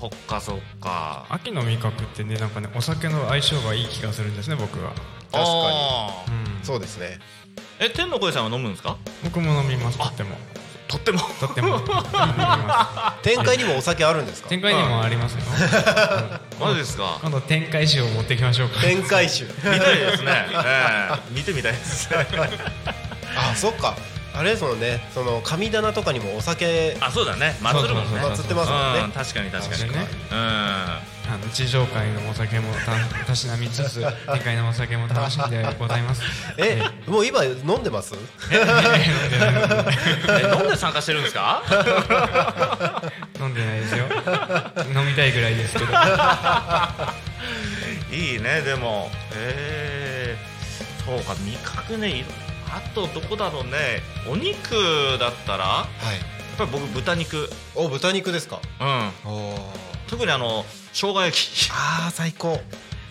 Speaker 1: そっかそっか
Speaker 3: *laughs* 秋の味覚ってねなんかねお酒の相性がいい気がするんですね僕は、
Speaker 2: 確かに
Speaker 1: あ
Speaker 3: う
Speaker 1: ー
Speaker 3: ん、
Speaker 2: そうですね
Speaker 1: え天の声さんは飲むんですか
Speaker 3: 僕も飲みますと
Speaker 1: あ
Speaker 3: っても
Speaker 1: とっても
Speaker 3: と *laughs* っても飲みま
Speaker 2: 展開にもお酒あるんです
Speaker 3: す
Speaker 2: か
Speaker 3: 展開にもあり *laughs* ますよ、
Speaker 1: マジですか
Speaker 3: 今度展開酒を持ってきましょうか
Speaker 2: 展開酒
Speaker 1: 見たいですね、ええ *laughs* 見てみたいですね
Speaker 2: あそっかあれですもんねその神棚とかにもお酒
Speaker 1: あそうだね祭るもんね
Speaker 3: そうそう
Speaker 2: 祭って
Speaker 3: そう
Speaker 2: ますもん
Speaker 1: うん
Speaker 2: ね
Speaker 1: 確かに確かに
Speaker 3: 確かにね
Speaker 1: う
Speaker 3: あの地上界のお酒もたたしなみつつ天界のお酒も楽しんでございます
Speaker 2: えもう今飲んでます
Speaker 1: んえ飲んで参加してるんですか
Speaker 3: *laughs* 飲んでないですよ飲みたいぐらいですけど
Speaker 1: *laughs* いいねでもええそうか味覚ねいろあとどこだろうねお肉だったらや
Speaker 2: はい
Speaker 1: っぱり僕豚肉
Speaker 2: お豚肉ですか
Speaker 1: うん
Speaker 2: お
Speaker 1: 特にあの生姜焼き *laughs*
Speaker 2: あー最高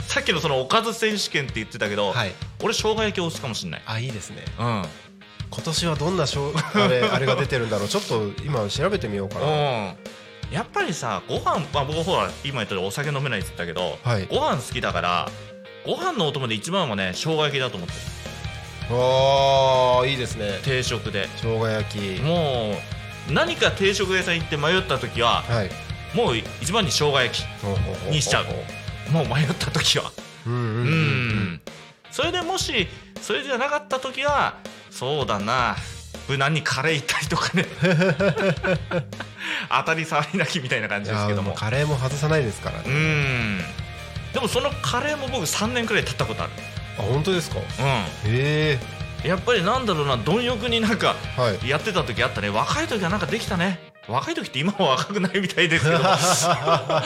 Speaker 1: さっきのそのおかず選手権って言ってたけど、
Speaker 2: はい
Speaker 1: 俺生姜焼き推すかもしんない
Speaker 2: あいいですね
Speaker 1: うん
Speaker 2: 今年はどんなしょう *laughs* あれあれが出てるんだろうちょっと今調べてみようかな
Speaker 1: うん、やっぱりさご飯まあ僕ほら今言ったようにお酒飲めないって言ったけど、
Speaker 2: はい
Speaker 1: ご飯好きだからご飯のお供で一番はね生姜焼きだと思ってる
Speaker 2: あーいいですね
Speaker 1: 定食で
Speaker 2: 生姜焼き
Speaker 1: もう何か定食屋さん行って迷った時は
Speaker 2: はい
Speaker 1: もう一番に生姜焼
Speaker 2: ほうほうほうほう
Speaker 1: にしちゃうきもう迷った時は
Speaker 2: うんう
Speaker 1: うんん、
Speaker 2: うん
Speaker 1: それでもしそれじゃなかった時はそうだな無難にカレー行ったりとかね *laughs* 当たり障りなきみたいな感
Speaker 2: い
Speaker 1: じです
Speaker 2: や
Speaker 1: け
Speaker 2: ー
Speaker 1: ど
Speaker 2: で
Speaker 1: も
Speaker 2: もカレーも外さないですから
Speaker 1: う
Speaker 2: ね
Speaker 1: んでもそのカレーも僕3年くらい経ったことある
Speaker 2: あ本当です
Speaker 1: う
Speaker 2: かへえ
Speaker 1: んやっぱりなんだろうな貪欲になんか
Speaker 2: はい
Speaker 1: やってた時あったね若い時はなんかできたね若い時って今は若くないみたいですけ
Speaker 2: *laughs*
Speaker 1: どあ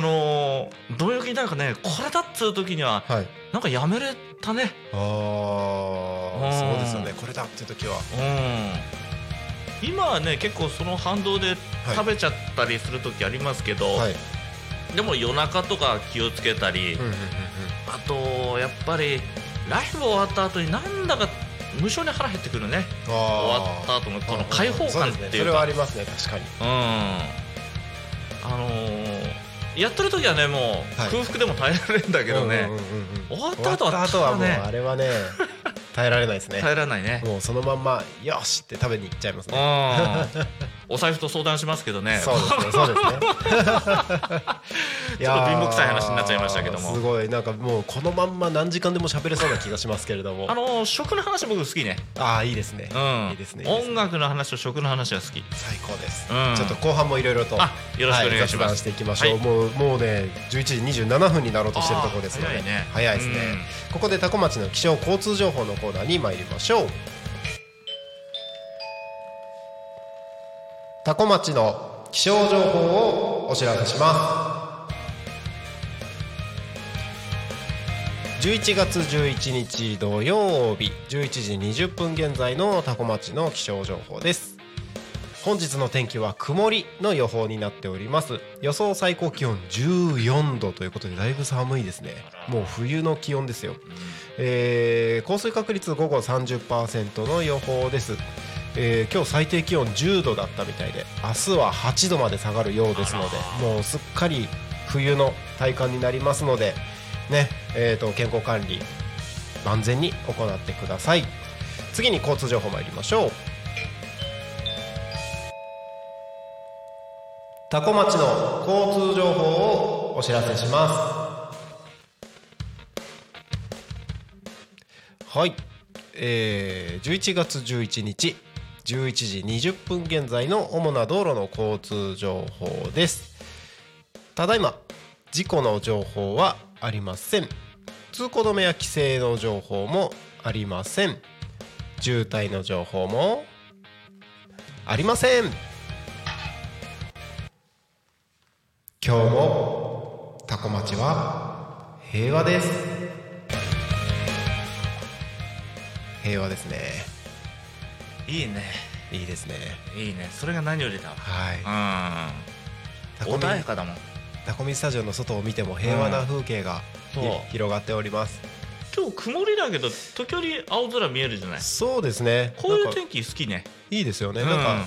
Speaker 1: のー、貪欲になんかねこれだっつう時には
Speaker 2: はい
Speaker 1: なんかやめれたね
Speaker 2: ああ
Speaker 1: うん
Speaker 2: そうですよねこれだっていう時は
Speaker 1: うん今はね結構その反動で
Speaker 2: はい
Speaker 1: 食べちゃったりする時ありますけど、
Speaker 2: はい
Speaker 1: でも夜中とか気をつけたり、
Speaker 2: うんうんうん
Speaker 1: あとやっぱりライブ終わった後になんだか無性に腹減ってくるね
Speaker 2: 終
Speaker 1: 終わった後のこの解放感ってい
Speaker 2: そうですねそうれは
Speaker 1: か
Speaker 2: ありますね確かに
Speaker 1: うんあのーやってる時はねもう
Speaker 2: はい
Speaker 1: 空腹でも耐えられるんだけどね、
Speaker 2: うんうんうんうん
Speaker 1: 終わった後は
Speaker 2: 終わった後はもう
Speaker 1: ね
Speaker 2: あれはね耐えられないですね
Speaker 1: 耐えられない
Speaker 2: *laughs*
Speaker 1: ね
Speaker 2: もうそのまんま「よし!」って食べに行っちゃいます
Speaker 1: う
Speaker 2: ね
Speaker 1: んお財布と相談しますけどね
Speaker 2: そうですねそう *laughs* です
Speaker 1: *laughs*
Speaker 2: ねいやー
Speaker 1: 貧乏くさい話になっちゃいましたけども
Speaker 2: すごいなんかもうこのまんま何時間でも喋れそうな気がしますけれども
Speaker 1: あのー食の話僕好きね
Speaker 2: ああいいですね、
Speaker 1: うん
Speaker 2: いいですねいいですね
Speaker 1: 音楽の話と食の話は好き
Speaker 2: 最高です、
Speaker 1: うん
Speaker 2: ちょっと後半もいろいろと
Speaker 1: あよろしくお願いします
Speaker 2: は雑談していきましょ
Speaker 1: はい
Speaker 2: う、もうもうね11時27分になろうとしてるところですの
Speaker 1: あ
Speaker 2: で
Speaker 1: ー早いね
Speaker 2: 早いですね、ここでタコ町の気象交通情報のコーナーに参りましょうタコ町の気象情報をお知らせします11月11日土曜日11時20分現在のタコ町の気象情報です本日の天気は曇りの予報になっております予想最高気温14度ということでだいぶ寒いですねもう冬の気温ですよ、えー降水確率午後30%の予報ですえー今日最低気温10度だったみたいで明日は8度まで下がるようですので
Speaker 1: あら
Speaker 2: もうすっかり冬の体感になりますので、ねえーと健康管理万全に行ってください次に交通情報参りましょうタコ町の交通情報をお知らせしますはい、えー、11月11日11時20分現在の主な道路の交通情報ですただいま事故の情報はありません通行止めや規制の情報もありません渋滞の情報もありません今日もタコ町は平和です平和ですね
Speaker 1: うんいいね
Speaker 2: いいですね
Speaker 1: いいねそれが何よりだわ
Speaker 2: は
Speaker 1: うん
Speaker 2: いタコミ
Speaker 1: 穏やかだもん
Speaker 2: タコミスタジオの外を見ても平和な風景が、
Speaker 1: うん
Speaker 2: ひ
Speaker 1: そう
Speaker 2: 広がっております
Speaker 1: 今日曇りだけど時折青空見えるじゃない
Speaker 2: そうですね
Speaker 1: こうい
Speaker 2: な
Speaker 1: うん
Speaker 2: か
Speaker 1: 天気好きね
Speaker 2: いいですよね、
Speaker 1: うん
Speaker 2: なんか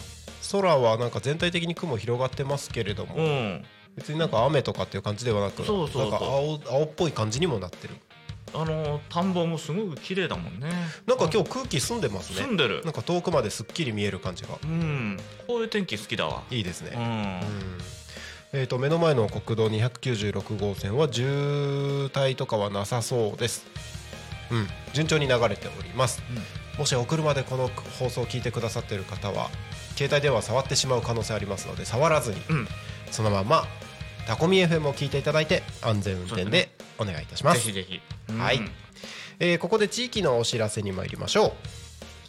Speaker 2: 空はなんか全体的に雲広がってますけれども、
Speaker 1: うん
Speaker 2: 別になんか雨とかっていう感じではなく
Speaker 1: そうそうそう
Speaker 2: なんか青青っぽい感じにもなってる
Speaker 1: あのー田んぼもすごく綺麗だもんね
Speaker 2: なんか今日空気澄んでます
Speaker 1: 住
Speaker 2: ね
Speaker 1: んでる
Speaker 2: なんか遠くまですっきり見える感じが
Speaker 1: うんこういう天気好きだわ
Speaker 2: いいです
Speaker 1: う
Speaker 2: ね、
Speaker 1: ん
Speaker 2: うんえー、と目の前の国道296号線は渋滞とかはなさそうです、うん、順調に流れておりますもしお車でこの放送を聞いてくださっている方は携帯電話触ってしまう可能性ありますので触らずに
Speaker 1: うんうん
Speaker 2: そのままタコミ FM を聞いていただいて安全運転でお願いいたしま
Speaker 1: ぜ
Speaker 2: す
Speaker 1: ひぜひ
Speaker 2: はい
Speaker 1: うん
Speaker 2: えーここで地域のお知らせに参りましょう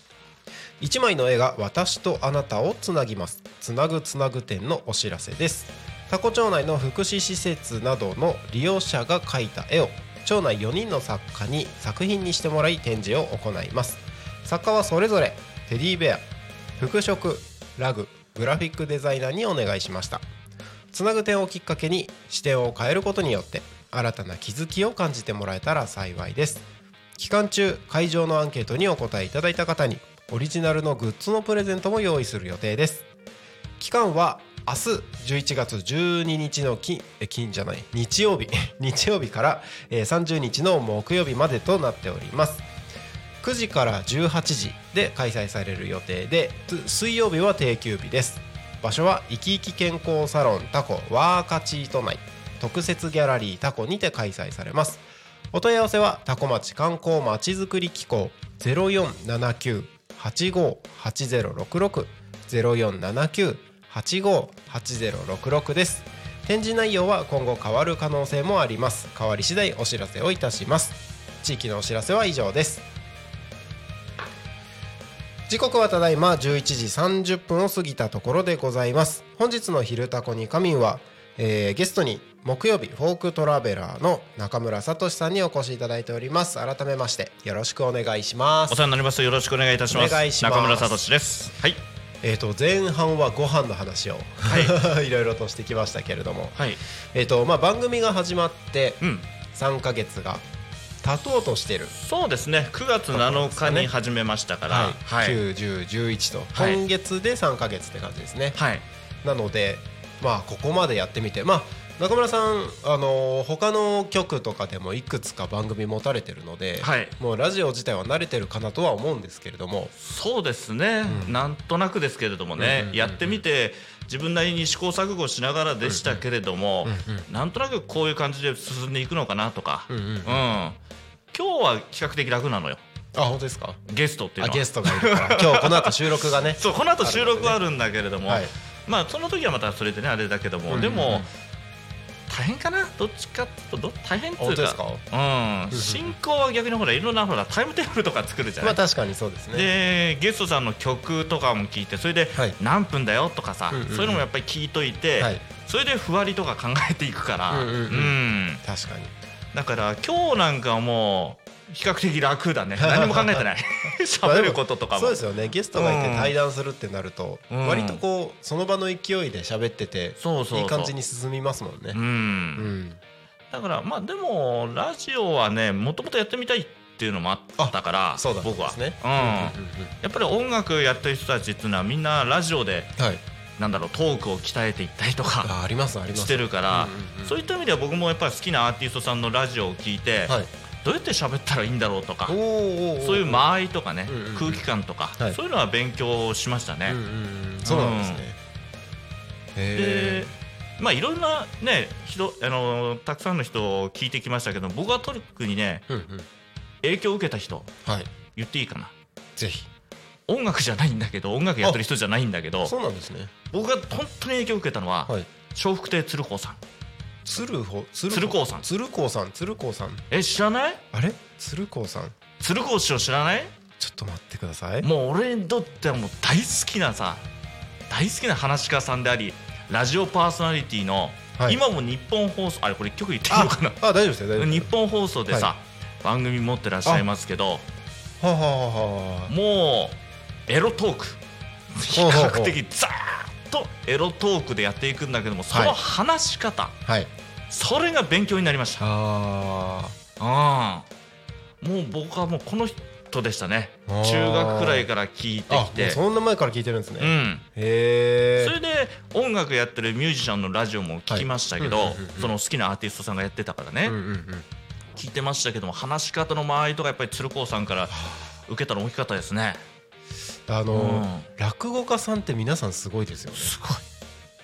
Speaker 2: 1枚の絵が私とあなたをつなぎますつなぐつなぐ展のお知らせですタコ町内の福祉施設などの利用者が描いた絵を町内4人の作家に作品にしてもらい展示を行います作家はそれぞれテディベア服飾ラググラフィックデザイナーにお願いしましたつなぐ点をきっかけに視点を変えることによって新たな気づきを感じてもらえたら幸いです期間中会場のアンケートにお答えいただいた方にオリジナルのグッズのプレゼントも用意する予定です期間は明日11月12日の金え金じゃない日曜日 *laughs* 日曜日からえー30日の木曜日までとなっております9時から18時で開催される予定でつ水曜日は定休日です場所は生き生き健康サロンタコワーカチート内特設ギャラリータコにて開催されますお問い合わせはタコ町観光まちづくり機構0479858066 0479858066です展示内容は今後変わる可能性もあります変わり次第お知らせをいたします地域のお知らせは以上です時刻はただいま11時30分を過ぎたところでございます本日の「昼タコに仮眠は」えーゲストに木曜日フォークトラベラーの中村聡さんにお越しいただいております改めましてよろしくお願いしま
Speaker 1: お
Speaker 2: す
Speaker 1: 世話になりますよろしくお願いいたします
Speaker 2: お願いします
Speaker 1: 中村聡ですはい
Speaker 2: えっ、と前半はご飯の話を、、
Speaker 1: はい
Speaker 2: ろ *laughs* いろとしてきましたけれども
Speaker 1: はい
Speaker 2: えっ、とまあ番組が始まって
Speaker 1: うん
Speaker 2: 3ヶ月が経とうとしてる
Speaker 1: そうですね9月7日に始めましたから
Speaker 2: はい、
Speaker 1: はい、
Speaker 2: 9、10、11と、
Speaker 1: はい
Speaker 2: 今月で3ヶ月って感じですね、
Speaker 1: はい
Speaker 2: なのでまあここまでやってみてまあ中村さんあのー他の局とかでもいくつか番組持たれてるので、
Speaker 1: はい
Speaker 2: もうラジオ自体は慣れてるかなとは思うんですけれども
Speaker 1: そうですね、
Speaker 2: うん
Speaker 1: なんとなくですけれどもね、
Speaker 2: うんうんうん
Speaker 1: やってみて自分なりに試行錯誤しながらでしたけれども、なんとなくこういう感じで進んでいくのかなとか、
Speaker 2: うんうん
Speaker 1: うん今日は比較的楽なのよ
Speaker 2: あ本当ですか
Speaker 1: ゲストっていう
Speaker 2: あ
Speaker 1: のは
Speaker 2: ゲストがいるから今日この後収録がね
Speaker 1: そうこの後収録はあるんだけれ *laughs* ども、
Speaker 2: はい
Speaker 1: まあその時はまたそれでねあれだけども、
Speaker 2: うんうん
Speaker 1: でも大変かなどっちかっていうとど大変ってい
Speaker 2: 本
Speaker 1: う
Speaker 2: 当です
Speaker 1: か
Speaker 2: か
Speaker 1: うん進行は逆にほらいろんなほらタイムテーブルとか作るじゃな
Speaker 2: ま
Speaker 1: い
Speaker 2: あ確かにそうですね
Speaker 1: でゲストさんの曲とかも聞いてそれで
Speaker 2: はい
Speaker 1: 何分だよとかさ、
Speaker 2: うんうんうん
Speaker 1: そういうのもやっぱり聞いといて、
Speaker 2: はい
Speaker 1: それでふわりとか考えていくから、
Speaker 2: うんうんうん
Speaker 1: うん
Speaker 2: 確かに
Speaker 1: だから今日なんかはもう比較的楽
Speaker 2: *laughs*
Speaker 1: だね何も考えてない喋ることとかも
Speaker 2: そうですよねゲストがいて対談するってなると、
Speaker 1: うん
Speaker 2: 割とこうその場の勢いで喋ってて
Speaker 1: そうそうそう
Speaker 2: いい感じに進みますもんね
Speaker 1: うん、
Speaker 2: うん
Speaker 1: だからまあでもラジオはねもともとやってみたいっていうのもあったから
Speaker 2: そうだ
Speaker 1: 僕は
Speaker 2: ですね
Speaker 1: うん
Speaker 2: うんうんうん
Speaker 1: やっぱり音楽やってる人たちっていうのはみんなラジオで
Speaker 2: はい
Speaker 1: なんだろうトークを鍛えていったりとか
Speaker 2: あありますあります
Speaker 1: してるから、
Speaker 2: うんうんうん
Speaker 1: そういった意味では僕もやっぱり好きなアーティストさんのラジオを聞いて、
Speaker 2: はい
Speaker 1: どうやって喋ったらいいんだろうとか
Speaker 2: おーおーおー
Speaker 1: そういう間合いとかね、
Speaker 2: うんうんうん
Speaker 1: 空気感とか、
Speaker 2: はい
Speaker 1: そういうのは勉強しましたね。
Speaker 2: うんうんうんそうなんですね
Speaker 1: で
Speaker 2: へ
Speaker 1: まあいろんなね人あのーたくさんの人を聞いてきましたけど僕はトリックにね
Speaker 2: えうんうん
Speaker 1: 影響を受けた人
Speaker 2: はい
Speaker 1: 言っていいかな
Speaker 2: ぜひ
Speaker 1: 音楽じゃないんだけど音楽やってる人じゃないんだけど
Speaker 2: そうなんですね
Speaker 1: 僕が本当に影響を受けたのは
Speaker 2: はい
Speaker 1: 笑福亭鶴光さん
Speaker 2: 鶴穂
Speaker 1: 鶴光さん
Speaker 2: 鶴光さん鶴光さん
Speaker 1: え知らない
Speaker 2: あれ鶴光さん
Speaker 1: 鶴光師匠知らない
Speaker 2: ちょっと待ってください
Speaker 1: もう俺にとってはもう大好きなさ大好きな話し家さんでありラジオパーソナリティの、
Speaker 2: はい
Speaker 1: 今も日本放送あれこれ曲言っていい
Speaker 2: あ
Speaker 1: のか
Speaker 2: あ大丈夫ですよ大丈
Speaker 1: な
Speaker 2: 夫
Speaker 1: 日
Speaker 2: です
Speaker 1: 本放送でさ、
Speaker 2: は
Speaker 1: 番組持ってらっしゃいますけど
Speaker 2: はあはあはあはあ
Speaker 1: もうエロトーク比
Speaker 2: ほうほうほう
Speaker 1: 較的ザーッとエロトークでやっていくんだけどもその話し方、
Speaker 2: はい
Speaker 1: それが勉強になりました
Speaker 2: あ
Speaker 1: ああもう僕はもうこの人でしたね
Speaker 2: あー
Speaker 1: 中学くらいから聞いて
Speaker 2: あ
Speaker 1: き
Speaker 2: もう
Speaker 1: て
Speaker 2: そんな前から聞いてるんです
Speaker 1: う
Speaker 2: ね
Speaker 1: ん
Speaker 2: へ
Speaker 1: そ
Speaker 2: え
Speaker 1: れで音楽やってるミュージシャンのラジオも聞きましたけど、
Speaker 2: はいうんうんうんうん
Speaker 1: その好きなアーティストさんがやってたからね、
Speaker 2: うんうんうん
Speaker 1: 聞いてましたけども話し方の間合いとかやっぱり鶴光さんから受けたの大きかったですね
Speaker 2: あのー
Speaker 1: う
Speaker 2: 落語家さんって皆さんすごいですよね
Speaker 1: すご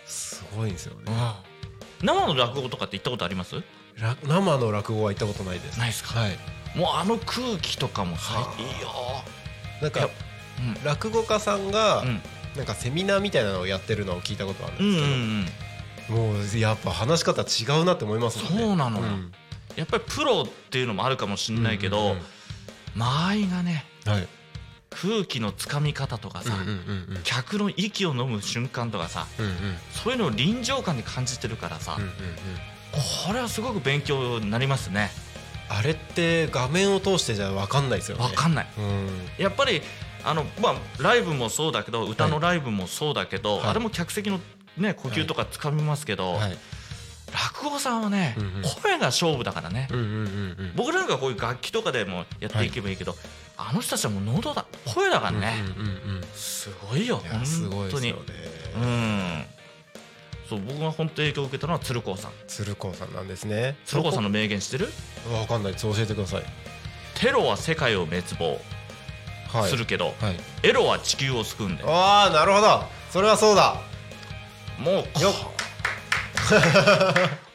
Speaker 2: すごいんですよね
Speaker 1: い、生の落語とかって行ったことあります
Speaker 2: ら生の落語は行ったことないです
Speaker 1: ないですか
Speaker 2: はい
Speaker 1: もうあの空気とかも最
Speaker 2: はあ
Speaker 1: いいよ
Speaker 2: なん
Speaker 1: いや
Speaker 2: か落語家さんが
Speaker 1: うん
Speaker 2: なんかセミナーみたいなのをやってるのを聞いたことあるん
Speaker 1: うんうん
Speaker 2: です
Speaker 1: う
Speaker 2: け
Speaker 1: ん
Speaker 2: ど、もうやっぱ話し方違うなって思いますもんね
Speaker 1: そうなのよ
Speaker 2: ん
Speaker 1: やっぱりプロっていうのもあるかもしれないけ
Speaker 2: うん
Speaker 1: ど、
Speaker 2: うん
Speaker 1: 間合いがね
Speaker 2: うんはい
Speaker 1: 空気のつかみ方とかさ、
Speaker 2: うんうんうんうん
Speaker 1: 客の息を飲む瞬間とかさ
Speaker 2: うんうん
Speaker 1: そういうのを臨場感で感じてるからさ、
Speaker 2: うんうんうん
Speaker 1: これはすごく勉強になりますね
Speaker 2: あれって画面を通してじゃ分かんないですよね
Speaker 1: わかんない
Speaker 2: うん
Speaker 1: やっぱりあの、まあ、ライブもそうだけど歌のライブもそうだけど、
Speaker 2: はい
Speaker 1: あれも客席の、ね、呼吸とかつかみますけど、
Speaker 2: はい
Speaker 1: 落語さんはね、
Speaker 2: うんうん
Speaker 1: 声が勝負だからね、
Speaker 2: うんうんうんうん
Speaker 1: 僕なんかこういう楽器とかでもやっていけばいいけど、あの人たちはもう喉だ声だからね、
Speaker 2: うんうんうんうん
Speaker 1: すごいよ
Speaker 2: いやすご
Speaker 1: 本
Speaker 2: いで
Speaker 1: 当
Speaker 2: す
Speaker 1: に
Speaker 2: よね
Speaker 1: うんそう僕が本当に影響を受けたのは鶴光さん
Speaker 2: 鶴光さんなんですね
Speaker 1: 鶴光さんの名言してる
Speaker 2: 分かんないです教えてください
Speaker 1: テロは世界を滅亡
Speaker 2: はい
Speaker 1: するけど、
Speaker 2: はい
Speaker 1: エロは地球を救うんだよ
Speaker 2: ああなるほどそれはそうだ
Speaker 1: もうこ
Speaker 2: よっ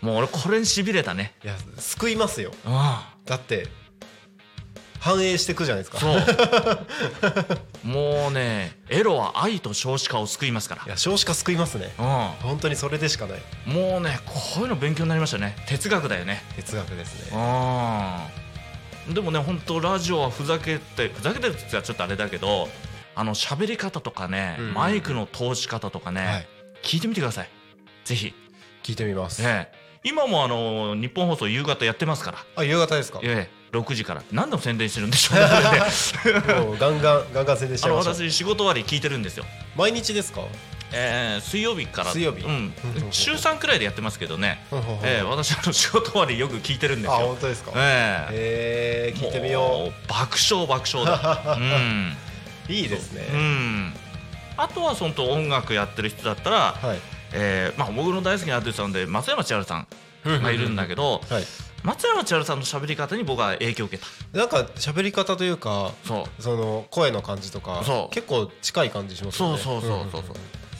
Speaker 1: もう俺これにしびれたね
Speaker 2: いや救いますよ
Speaker 1: あ
Speaker 2: だって反映してくじゃないです
Speaker 1: あ
Speaker 2: か
Speaker 1: そう
Speaker 2: *laughs*
Speaker 1: もうねエロは愛と少子化を救いますから
Speaker 2: や少子化救いますね
Speaker 1: う
Speaker 2: 本当にそれでしかない
Speaker 1: ん、もうねこういうの勉強になりましたね哲学だよね
Speaker 2: 哲学です
Speaker 1: う
Speaker 2: ね
Speaker 1: んでもね本当ラジオはふざけてふざけてるって言ったらちょっとあれだけどあの喋り方とかね、
Speaker 2: うん
Speaker 1: マイクの通し方とかね、
Speaker 2: はい
Speaker 1: 聞いてみてくださいぜひ、
Speaker 2: 聞いてみます、
Speaker 1: ええ今もあの日本放送夕方やってますから、
Speaker 2: あ夕方ですか
Speaker 1: ええ、6時から何度も宣伝してるんでし
Speaker 2: *laughs*
Speaker 1: ょうねこれね
Speaker 2: もうガンガンガンガン宣伝しち
Speaker 1: あ
Speaker 2: ゃい
Speaker 1: の
Speaker 2: ました
Speaker 1: 私仕事終わり聞いてるんですよ、
Speaker 2: 毎日ですか
Speaker 1: ええ水曜日から
Speaker 2: 水曜日
Speaker 1: うん
Speaker 2: う、ん
Speaker 1: 週3くらいでやってますけどね、
Speaker 2: ほうほうほう
Speaker 1: ええ、私あの仕事終わりよく聞いてるんです
Speaker 2: あ
Speaker 1: よ
Speaker 2: 本当ですか
Speaker 1: ええ
Speaker 2: えー、聞いてみよ
Speaker 1: もう爆笑爆笑だ
Speaker 2: *laughs*
Speaker 1: うん
Speaker 2: ういいですね、
Speaker 1: うん、あとはその音楽やってる人だったら、
Speaker 2: はい
Speaker 1: えーまあ、僕の大好きなアーティストなんで松山千春さんがいるんだけど
Speaker 2: はい
Speaker 1: 松山千春さんの喋り方に僕は影響を受けた
Speaker 2: なんか喋り方というか
Speaker 1: そう
Speaker 2: その声の感じとか
Speaker 1: そう
Speaker 2: 結構近い感じしますよ
Speaker 1: そうそ
Speaker 2: ね
Speaker 1: うそうそうそうん
Speaker 2: んん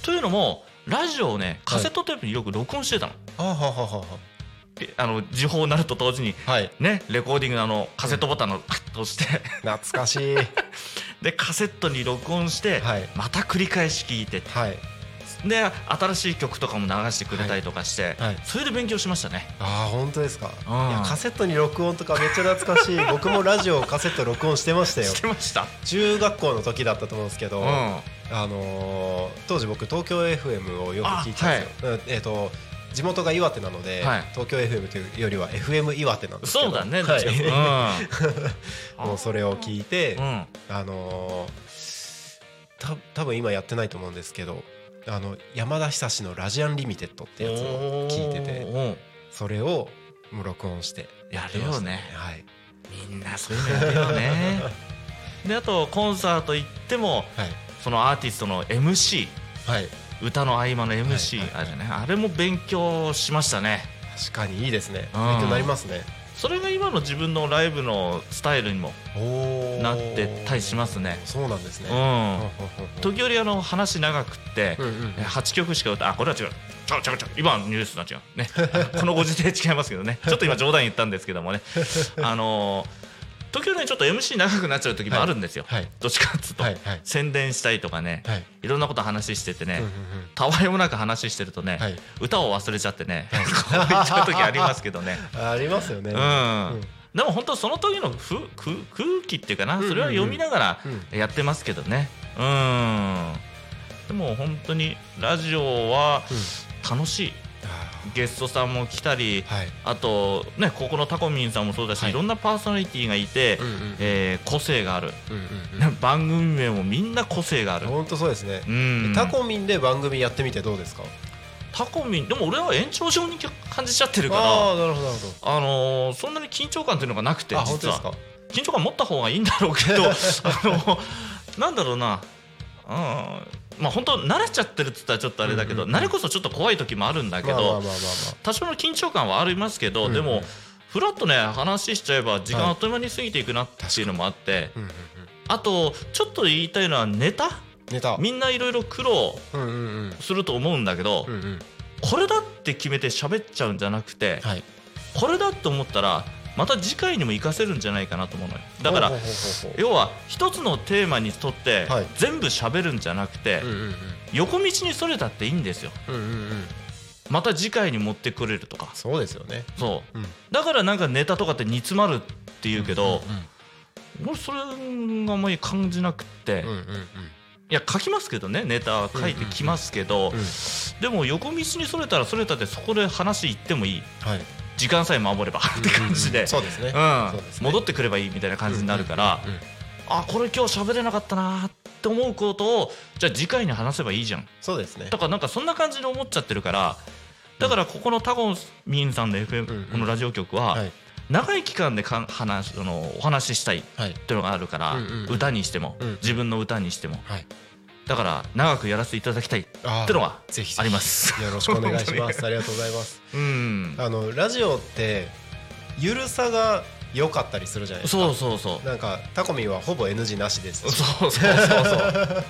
Speaker 1: というのもラジオをねカセットテープによく録音してたの,
Speaker 2: あはははは
Speaker 1: で、あの時報になると同時に
Speaker 2: はい
Speaker 1: ねレコーディングのあのカセットボタンのパッと押して *laughs*
Speaker 2: 懐かしい
Speaker 1: でカセットに録音して、
Speaker 2: はい
Speaker 1: また繰り返し聞いて
Speaker 2: はい
Speaker 1: で新しい曲とかも流してくれたりとかして、
Speaker 2: はいはい
Speaker 1: それで勉強しましたね
Speaker 2: ああ本当ですかい
Speaker 1: うん
Speaker 2: やカセットに録音とかめっちゃ懐
Speaker 1: *laughs*
Speaker 2: かしい僕もラジオカセット録音してましたよ
Speaker 1: してました
Speaker 2: 中学校の時だったと思うんですけど、
Speaker 1: うん
Speaker 2: あのー当時僕東京 FM をよく聞いてたんですよ、うんえっ、と地元が岩手なので、
Speaker 1: はい
Speaker 2: 東京 FM というよりは FM 岩手なんですけど
Speaker 1: そうだね、
Speaker 2: は
Speaker 1: 確かにうん
Speaker 2: い、 *laughs* もうそれを聞いて、 *laughs*
Speaker 1: うん
Speaker 2: あのーた多分今やってないと思うんですけどあの山田久志の「ラジアンリミテッド」ってやつを聞いて
Speaker 1: お
Speaker 2: て
Speaker 1: ー
Speaker 2: それをもう録音して
Speaker 1: や
Speaker 2: って
Speaker 1: る
Speaker 2: ま
Speaker 1: よ
Speaker 2: した
Speaker 1: ね
Speaker 2: はい、
Speaker 1: みんなそういうのやるよねであとコンサート行っても
Speaker 2: はい
Speaker 1: そのアーティストの MC
Speaker 2: はい、
Speaker 1: 歌の合間の MC、
Speaker 2: はいはいはい
Speaker 1: あれねあれも勉強しましたね
Speaker 2: 確かにいいですね
Speaker 1: うん
Speaker 2: 勉強になりますね
Speaker 1: それが今の自分のライブのスタイルにも
Speaker 2: おー
Speaker 1: なってたりしますね
Speaker 2: そうなんですね、
Speaker 1: うん
Speaker 2: とき
Speaker 1: 時折あの話長くって、
Speaker 2: うんうん
Speaker 1: 8曲しか歌あこれは違うちゃうちゃうちゃう今のニュースとは違うね *laughs* あのこのご時世違いますけど
Speaker 2: *laughs*
Speaker 1: ねちょっと今冗談言ったんですけどもね *laughs* あのー時々ねちょっと MC 長くなっちゃう時もあるんですよ、
Speaker 2: はい
Speaker 1: どっちかっつうと、
Speaker 2: はいはい
Speaker 1: 宣伝したいとかね、
Speaker 2: はい
Speaker 1: い、ろんなこと話しててね、
Speaker 2: うんうんうん
Speaker 1: たわいもなく話してるとね、
Speaker 2: はい
Speaker 1: 歌を忘れちゃってね、 *laughs* こう言っちゃう時ありますけどね
Speaker 2: ありますよね、
Speaker 1: うん、でも本当その時のふ空空気っていうかな、
Speaker 2: うんうんうん
Speaker 1: それは読みながらやってますけどねうんでも本当にラジオは楽しい、
Speaker 2: あ
Speaker 1: ゲストさんも来たり
Speaker 2: ーはい
Speaker 1: あとねここのタコミンさんもそうだし、
Speaker 2: はい
Speaker 1: い、ろんなパーソナリティがいて、
Speaker 2: うんうん
Speaker 1: えー個性がある、
Speaker 2: うん
Speaker 1: ね番組名もみんな個性がある
Speaker 2: うん本当そうですね
Speaker 1: う、ん
Speaker 2: タコミンで番組やってみてどうですか
Speaker 1: タコミンでも俺は延長上に感じちゃってるから
Speaker 2: あ
Speaker 1: あ
Speaker 2: あなるほどなるほ
Speaker 1: のーそんなに緊張感っていうのがなくて
Speaker 2: どあ本当
Speaker 1: 実
Speaker 2: で
Speaker 1: は
Speaker 2: すか
Speaker 1: 緊張感持った方がいいんだろうけど
Speaker 2: *laughs*
Speaker 1: あのなんだろうなうんまあ本当慣れちゃってるって言ったらちょっとあれだけど、
Speaker 2: うんうんうん
Speaker 1: 慣れこそちょっと怖い時もあるんだけど、
Speaker 2: まあまあまあまあま
Speaker 1: 多少の緊張感はありますけど、
Speaker 2: うん
Speaker 1: でもフラッとね話しちゃえば時間あっという間に過ぎていくなっていうのもあって、
Speaker 2: あ、うんうんうん、
Speaker 1: あとちょっと言いたいのはネタ
Speaker 2: ネタ
Speaker 1: みんないろいろ苦労
Speaker 2: うんうんうん
Speaker 1: すると思うんだけど、
Speaker 2: うんうん
Speaker 1: これだって決めて喋っちゃうんじゃなくて、
Speaker 2: はい
Speaker 1: これだと思ったらまた次回にも活かせるんじゃないかなと思うのよだから
Speaker 2: ほうほうほうほう
Speaker 1: 要は一つのテーマにとって
Speaker 2: はい
Speaker 1: 全部喋るんじゃなくて、
Speaker 2: うんうん
Speaker 1: 横道にそれたっていいんですよ
Speaker 2: うんうんうんうん
Speaker 1: また次回に持ってくれるとか
Speaker 2: そうですよね
Speaker 1: そううんだからなんかネタとかって煮詰まるっていうけど、俺それがあんまり感じなくって、
Speaker 2: うん
Speaker 1: い
Speaker 2: うんうん
Speaker 1: や書きますけどねネタは書いてきますけど、
Speaker 2: うん
Speaker 1: でも横道にそれたらそれたってそこで話行ってもいい
Speaker 2: はい
Speaker 1: 時間さえ守れば *laughs* って感じで、
Speaker 2: そうですね
Speaker 1: うん
Speaker 2: そうですね
Speaker 1: 戻ってくればいいみたいな感じになるから、
Speaker 2: うんうんうん
Speaker 1: あこれ今日喋れなかったなーって思うことをじゃあ次回に話せばいいじゃん
Speaker 2: そうですね
Speaker 1: だからなんかそんな感じで思っちゃってるからだからここのタゴミンさんの FM、
Speaker 2: うんうん
Speaker 1: このラジオ局は、
Speaker 2: はい
Speaker 1: 長い期間でかん話あのお話ししたいっ
Speaker 2: はい
Speaker 1: ていうのがあるから、
Speaker 2: うんうん
Speaker 1: 歌にしても、
Speaker 2: うん
Speaker 1: 自分の歌にしても
Speaker 2: はい
Speaker 1: だから長くやらせていただきたいって
Speaker 2: あー
Speaker 1: のは
Speaker 2: ぜひぜひ
Speaker 1: あります。
Speaker 2: よろしくお願い
Speaker 1: *laughs*
Speaker 2: します。ありがとうございます。
Speaker 1: うん、
Speaker 2: あのラジオってゆるさが良かったりするじゃないですか。
Speaker 1: そうそう
Speaker 2: *laughs*
Speaker 1: そう
Speaker 2: なんかタコミンはほぼ NG なしですし。
Speaker 1: そうそうそうそう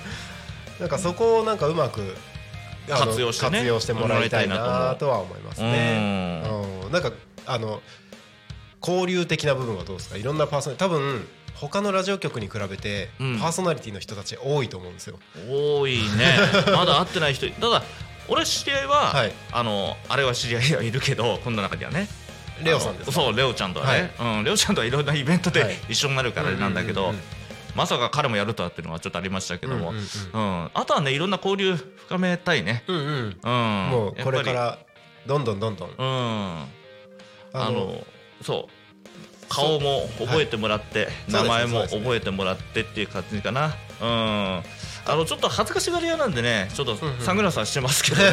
Speaker 2: なんかそこをなんかうまくあの
Speaker 1: 活用してね
Speaker 2: 活用してもらいたいなとは思いますね。うんなんかあの交流的な部分はどうですか。いろんなパーソナリティ多分他のラジオ局に比べて
Speaker 1: うん
Speaker 2: パーソナリティの人たち多いと思うんですよ。
Speaker 1: 多
Speaker 2: *laughs*
Speaker 1: いねまだ会ってない人ただ俺知り合いは、
Speaker 2: はい
Speaker 1: あのあれは知り合いはいるけどこの中にはね
Speaker 2: レオさんですか
Speaker 1: そうレオちゃんとはね、うん、レオちゃんとはいろんなイベント
Speaker 2: はい
Speaker 1: で一緒になるからあれなんだけど、
Speaker 3: うんうんうん
Speaker 1: まさか彼もやるとはっていうのはちょっとありましたけども、
Speaker 2: う
Speaker 1: うんん
Speaker 2: うん
Speaker 1: あとはねいろんな交流深めたいね、
Speaker 2: うんうん
Speaker 1: うん、
Speaker 2: もうこれか
Speaker 1: やっ
Speaker 2: らどんどんどんどん
Speaker 1: ぱりうんあの
Speaker 2: あの
Speaker 1: そう顔も覚えてもらって、
Speaker 2: そう
Speaker 1: 名
Speaker 2: ですね
Speaker 1: 前
Speaker 2: そう
Speaker 1: も
Speaker 2: ですね
Speaker 1: 覚えてもらってっていう感じかなうんあのちょっと恥ずかしがり屋なんでねちょっと
Speaker 2: うんうん
Speaker 1: サングラスはしてますけ
Speaker 2: *laughs*
Speaker 1: どね